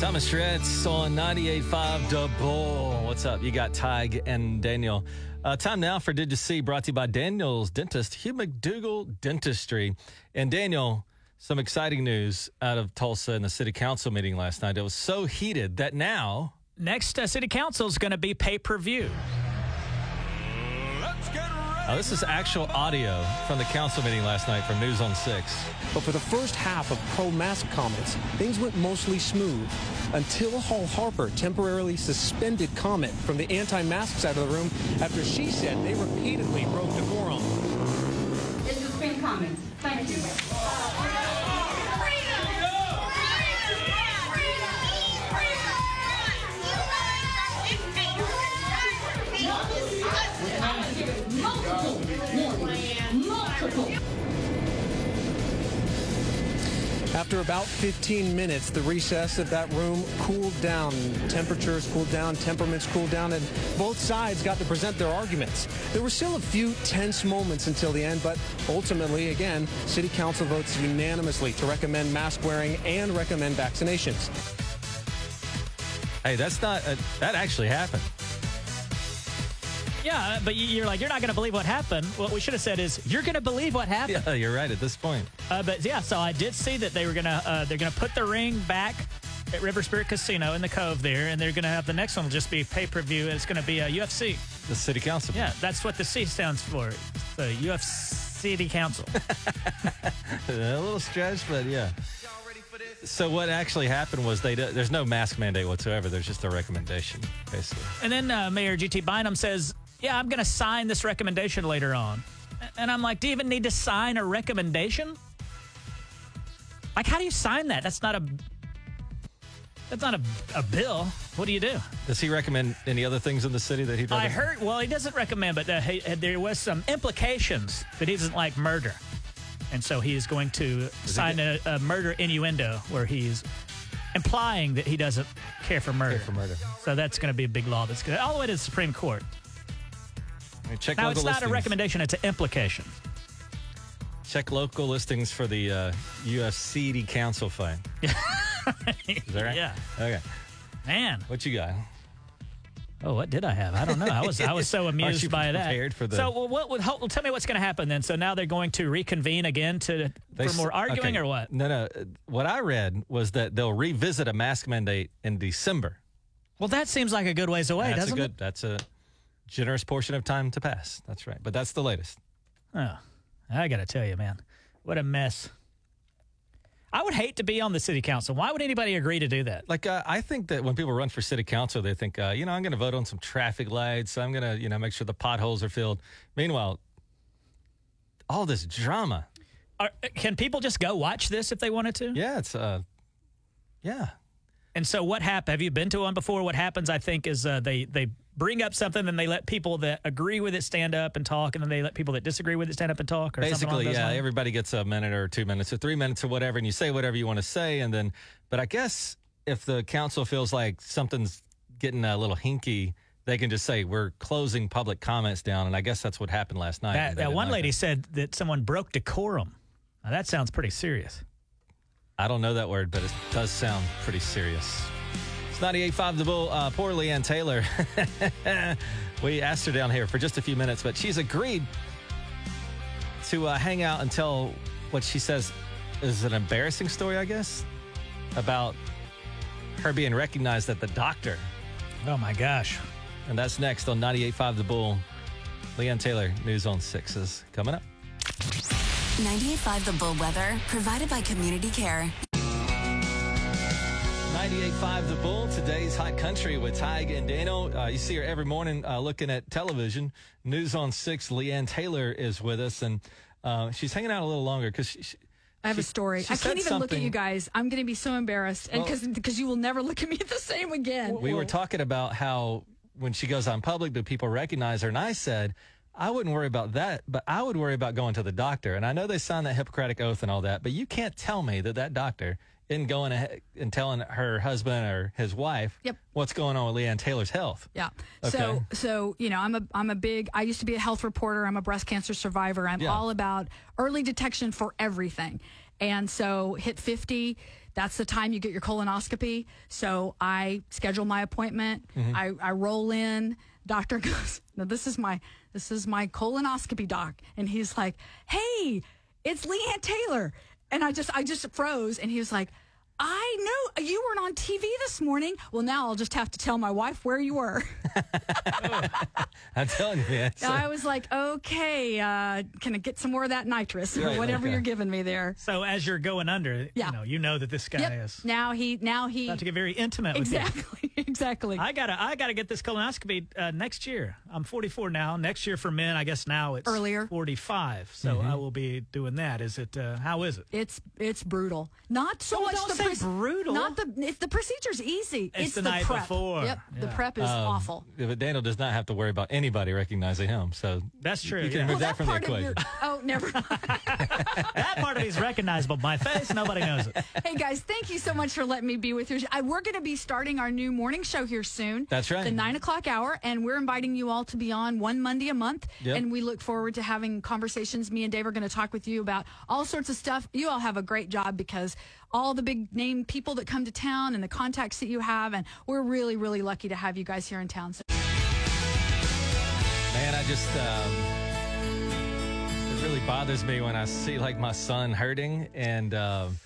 [SPEAKER 1] Thomas Shretz on 98.5 The Bull. What's up? You got Tig and Daniel. Uh, time now for Did You See, brought to you by Daniel's dentist, Hugh McDougall Dentistry. And Daniel, some exciting news out of Tulsa in the city council meeting last night. It was so heated that now.
[SPEAKER 2] Next uh, city council is going to be pay per view.
[SPEAKER 4] Let's get ready.
[SPEAKER 1] Oh, this is actual audio from the council meeting last night from News on 6.
[SPEAKER 11] But (laughs) for the first half of pro mask comments, things went mostly smooth until Hall Harper temporarily suspended comment from the anti mask side of the room after she said they repeatedly broke decorum.
[SPEAKER 12] This is free comments. Thank you.
[SPEAKER 11] After about 15 minutes, the recess of that room cooled down. Temperatures cooled down, temperaments cooled down, and both sides got to present their arguments. There were still a few tense moments until the end, but ultimately, again, City Council votes unanimously to recommend mask wearing and recommend vaccinations.
[SPEAKER 1] Hey, that's not, uh, that actually happened. (laughs)
[SPEAKER 2] Yeah, uh, but you- you're like, you're not going to believe what happened. What we should have said is, you're going to believe what happened.
[SPEAKER 1] Yeah, you're right at this point.
[SPEAKER 2] Uh, but yeah, so I did see that they were gonna uh, they're gonna put the ring back at River Spirit Casino in the Cove there, and they're gonna have the next one will just be pay per view, and it's gonna be uh, a UFC.
[SPEAKER 1] The city council.
[SPEAKER 2] Yeah, that's what the C stands for. The UFC City Council.
[SPEAKER 1] a little stretch, but yeah. So what actually happened was they d- there's no mask mandate whatsoever. There's just a recommendation, basically.
[SPEAKER 2] and then uh, Mayor GT Bynum says, "Yeah, I'm gonna sign this recommendation later on," A- and I'm like, "Do you even need to sign a recommendation? Like, how do you sign that? That's not a that's not a, a bill. What do you do?"
[SPEAKER 1] Does he recommend any other things in the city that he?
[SPEAKER 2] I heard. Well, he doesn't recommend, but uh, he, uh, there was some implications that he doesn't like murder, and so he is going to sign a, a murder innuendo where he's implying that he doesn't care for murder. for
[SPEAKER 1] murder.
[SPEAKER 2] So that's going to be a big law that's going all the way to the Supreme Court.
[SPEAKER 1] I mean, check
[SPEAKER 2] now
[SPEAKER 1] local
[SPEAKER 2] it's not
[SPEAKER 1] listings.
[SPEAKER 2] a recommendation; it's an implication.
[SPEAKER 1] Check local listings for the uh, UFC council
[SPEAKER 2] (laughs)
[SPEAKER 1] fight. Is that right?
[SPEAKER 2] Yeah.
[SPEAKER 1] Okay.
[SPEAKER 2] Man,
[SPEAKER 1] what you got?
[SPEAKER 2] Oh, what did I have? I don't know. I was I was (laughs) so
[SPEAKER 1] Aren't
[SPEAKER 2] amused
[SPEAKER 1] you
[SPEAKER 2] by that.
[SPEAKER 1] prepared for the-
[SPEAKER 2] So well, what, would well, tell me what's going to happen then? So now they're going to reconvene again to
[SPEAKER 1] They
[SPEAKER 2] for
[SPEAKER 1] s-
[SPEAKER 2] more arguing
[SPEAKER 1] okay.
[SPEAKER 2] or what?
[SPEAKER 1] No, no. uh, What I read was that they'll revisit a mask mandate in December.
[SPEAKER 2] Well, that seems like a good ways away,
[SPEAKER 1] that's
[SPEAKER 2] doesn't
[SPEAKER 1] a good. That's a generous portion of time to pass. That's right. But that's the latest.
[SPEAKER 2] it? Oh, I got to tell you, man, what a mess. I would hate to be on the city council. Why would anybody agree to do that?
[SPEAKER 1] Like uh, I think that when people run for city council, they think, uh, you know, I'm going to vote on some traffic lights. I'm going to, you know, make sure the potholes are filled. Meanwhile, all this drama.
[SPEAKER 2] Are, can people just go watch this if they wanted to?
[SPEAKER 1] Yeah, it's uh, yeah.
[SPEAKER 2] And so, what happened? Have you been to one before? What happens, I think, is uh, they they bring up something, then they let people that agree with it stand up and talk, and then they let people that disagree with it stand up and talk. Or something along
[SPEAKER 1] Basically,
[SPEAKER 2] those
[SPEAKER 1] yeah,
[SPEAKER 2] lines?
[SPEAKER 1] everybody gets a minute or two minutes or three minutes or whatever, and you say whatever you want to say. And then, but I guess if the council feels like something's getting a little hinky, they can just say, we're closing public comments down. And I guess that's what happened last night.
[SPEAKER 2] That,
[SPEAKER 1] and they
[SPEAKER 2] that
[SPEAKER 1] didn't
[SPEAKER 2] one
[SPEAKER 1] like
[SPEAKER 2] lady
[SPEAKER 1] it.
[SPEAKER 2] said that someone broke decorum. Now, that sounds pretty serious.
[SPEAKER 1] I don't know that word, but it does sound pretty serious. It's 98.5 The Bull. Uh, poor Leanne Taylor. (laughs) we asked her down here for just a few minutes, but she's agreed to uh, hang out and tell what she says is an embarrassing story, I guess, about her being recognized at the doctor.
[SPEAKER 2] Oh, my gosh.
[SPEAKER 1] And that's next on 98.5 The Bull. Leanne Taylor, News on Sixes, coming up.
[SPEAKER 13] 98.5 The Bull Weather, provided by Community Care.
[SPEAKER 1] 98.5 The Bull, today's hot country with Tig and Dano. Uh, you see her every morning uh, looking at television. News on 6, Leanne Taylor is with us, and uh, she's hanging out a little longer because she, she-
[SPEAKER 9] I have a
[SPEAKER 1] she-
[SPEAKER 9] story.
[SPEAKER 1] she
[SPEAKER 9] I
[SPEAKER 1] said
[SPEAKER 9] can't even look at
[SPEAKER 1] something-
[SPEAKER 9] you guys. I'm going to be so embarrassed, and
[SPEAKER 1] Well-
[SPEAKER 9] because you will never look at me the same again.
[SPEAKER 1] We were talking about how when she goes out in public, do people recognize her? And I said, I wouldn't worry about that, but I would worry about going to the doctor. And I know they signed that Hippocratic oath and all that, but you can't tell me that that doctor isn't going ahead and telling her husband or his wife
[SPEAKER 9] Yep.
[SPEAKER 1] what's going on with Leanne Taylor's health.
[SPEAKER 9] Yeah.
[SPEAKER 1] Okay.
[SPEAKER 9] So so you know, I'm a I'm a big I used to be a health reporter, I'm a breast cancer survivor. I'm
[SPEAKER 1] Yeah.
[SPEAKER 9] all about early detection for everything. And so hit 50, that's the time you get your colonoscopy. So I schedule my appointment.
[SPEAKER 14] Mhm.
[SPEAKER 9] I I roll in, doctor (laughs) goes, "Now this is my this is my colonoscopy doc." And he's like, "Hey, it's Leanne Taylor." And I just I just froze and he was like, I know you weren't on TV this morning. Well, now I'll just have to tell my wife where you were. (laughs)
[SPEAKER 1] I'm telling you, man.
[SPEAKER 9] Now, I was like, okay, uh, can I get some more of that nitrous or
[SPEAKER 2] Right,
[SPEAKER 9] (laughs) whatever
[SPEAKER 2] okay.
[SPEAKER 9] you're giving me there?
[SPEAKER 2] So as you're going under,
[SPEAKER 9] Yeah.
[SPEAKER 2] you know, you know that this guy
[SPEAKER 9] Yep.
[SPEAKER 2] is
[SPEAKER 9] Now he, now he,
[SPEAKER 2] about to get very intimate with you.
[SPEAKER 9] exactly, (laughs) exactly.
[SPEAKER 2] I gotta, I gotta get this colonoscopy uh, next year. I'm 44 now. Next year for men, I guess now it's earlier 45. So
[SPEAKER 1] Mm-hmm.
[SPEAKER 2] I will be doing that. Is it? Uh, how is it?
[SPEAKER 9] It's it's brutal. Not so
[SPEAKER 2] No,
[SPEAKER 9] much
[SPEAKER 2] Oh, don't
[SPEAKER 9] the
[SPEAKER 2] say brutal.
[SPEAKER 9] Not the it's, the procedure's easy.
[SPEAKER 2] It's the night
[SPEAKER 9] prep.
[SPEAKER 2] before.
[SPEAKER 9] Yep, the
[SPEAKER 2] Yeah. Oh.
[SPEAKER 9] prep is
[SPEAKER 1] Um,
[SPEAKER 9] awful.
[SPEAKER 1] But Daniel does not have to worry about anybody recognizing him. So
[SPEAKER 2] that's
[SPEAKER 1] true. You can remove that, from the equation.
[SPEAKER 9] oh, never.
[SPEAKER 2] (laughs) That part of me is recognizable. My face, nobody knows it.
[SPEAKER 9] hey guys, thank you so much for letting me be with you. I, we're going to be starting our new morning show here soon.
[SPEAKER 1] That's right.
[SPEAKER 9] the nine o'clock hour, and we're inviting you all to be on one Monday a month.
[SPEAKER 1] Yep.
[SPEAKER 9] And we look forward to having conversations. Me and Dave are going to talk with you about all sorts of stuff. You all have a great job because all the big name people that come to town and the contacts that you have, and we're really, really lucky to have you guys here in town. So-
[SPEAKER 1] Man, I just um, it really bothers me when I see like my son hurting, and um,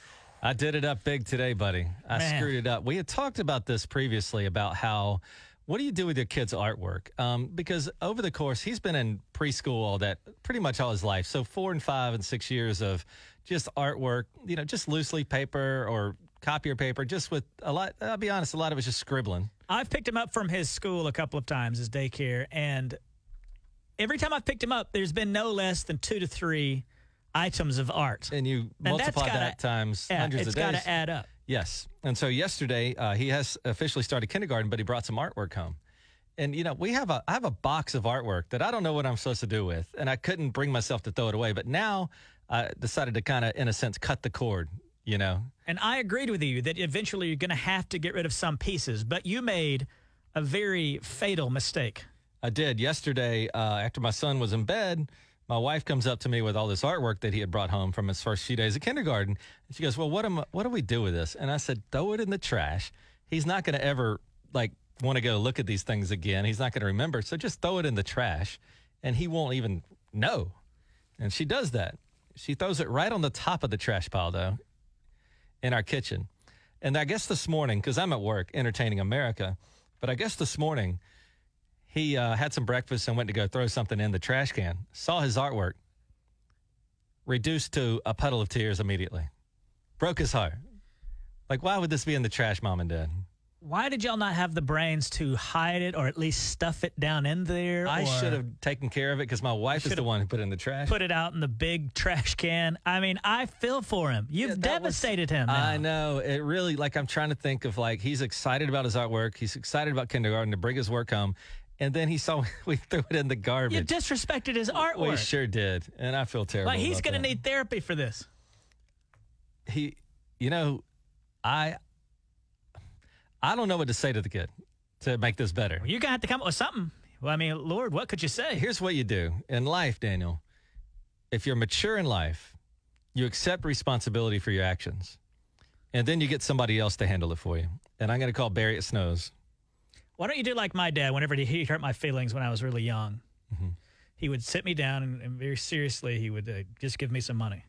[SPEAKER 1] I did it up big today, buddy. I
[SPEAKER 2] Man.
[SPEAKER 1] screwed it up. We had talked about this previously about how what do you do with your kid's artwork? Um, because over the course, he's been in preschool all that pretty much all his life. So four and five and six years of just artwork, you know, just loosely paper or copier paper, just with a lot. I'll be honest, a lot of it's just scribbling.
[SPEAKER 2] I've picked him up from his school a couple of times, his daycare, and every time I've picked him up, there's been no less than two to three items of art.
[SPEAKER 1] And you multiply that times hundreds of
[SPEAKER 2] It's got
[SPEAKER 1] days.
[SPEAKER 2] to add up.
[SPEAKER 1] Yes. And so yesterday, uh, he has officially started kindergarten, but he brought some artwork home. And you know, we have a I have a box of artwork that I don't know what I'm supposed to do with, and I couldn't bring myself to throw it away. But now I decided to kind of, in a sense, cut the cord. You know,
[SPEAKER 2] And I agreed with you that eventually you're going to have to get rid of some pieces, but you made a very fatal mistake.
[SPEAKER 1] I did yesterday uh, after my son was in bed. My wife comes up to me with all this artwork that he had brought home from his first few days of kindergarten, and she goes, "Well, what am I- what do we do with this?" And I said, "Throw it in the trash. He's not going to ever like want to go look at these things again. He's not going to remember. So just throw it in the trash, and he won't even know." And she does that. She throws it right on the top of the trash pile, though, in our kitchen. And I guess this morning, because I'm at work entertaining America, but I guess this morning he uh, had some breakfast and went to go throw something in the trash can. Saw his artwork, reduced to a puddle of tears immediately. Broke his heart. Like, why would this be in the trash, mom and dad?
[SPEAKER 2] Why did y'all not have the brains to hide it or at least stuff it down in there?
[SPEAKER 1] I
[SPEAKER 2] or
[SPEAKER 1] should have taken care of it because my wife is the one who put it in the trash.
[SPEAKER 2] put it out in the big trash can. I mean, I feel for him. You've devastated him. now.
[SPEAKER 1] I know. It really like I'm trying to think of like he's excited about his artwork. He's excited about kindergarten to bring his work home, and then he saw (laughs) we threw it in the garbage.
[SPEAKER 2] You disrespected his
[SPEAKER 1] We
[SPEAKER 2] artwork.
[SPEAKER 1] sure did, and I feel terrible.
[SPEAKER 2] like he's
[SPEAKER 1] about
[SPEAKER 2] going
[SPEAKER 1] that.
[SPEAKER 2] to need therapy for this.
[SPEAKER 1] he you know i i don't know what to say to the kid to make this better
[SPEAKER 2] You're going to have to come up with something. Well, I mean, Lord, what could you say?
[SPEAKER 1] here's what you do in life daniel if you're mature in life you accept responsibility for your actions and then you get somebody else to handle it for you and i'm going to call barry at snows
[SPEAKER 2] Why don't you do like my dad? Whenever he- he hurt my feelings when I was really young,
[SPEAKER 1] Mm-hmm.
[SPEAKER 2] he would sit me down and, and very seriously, he would uh, just give me some money.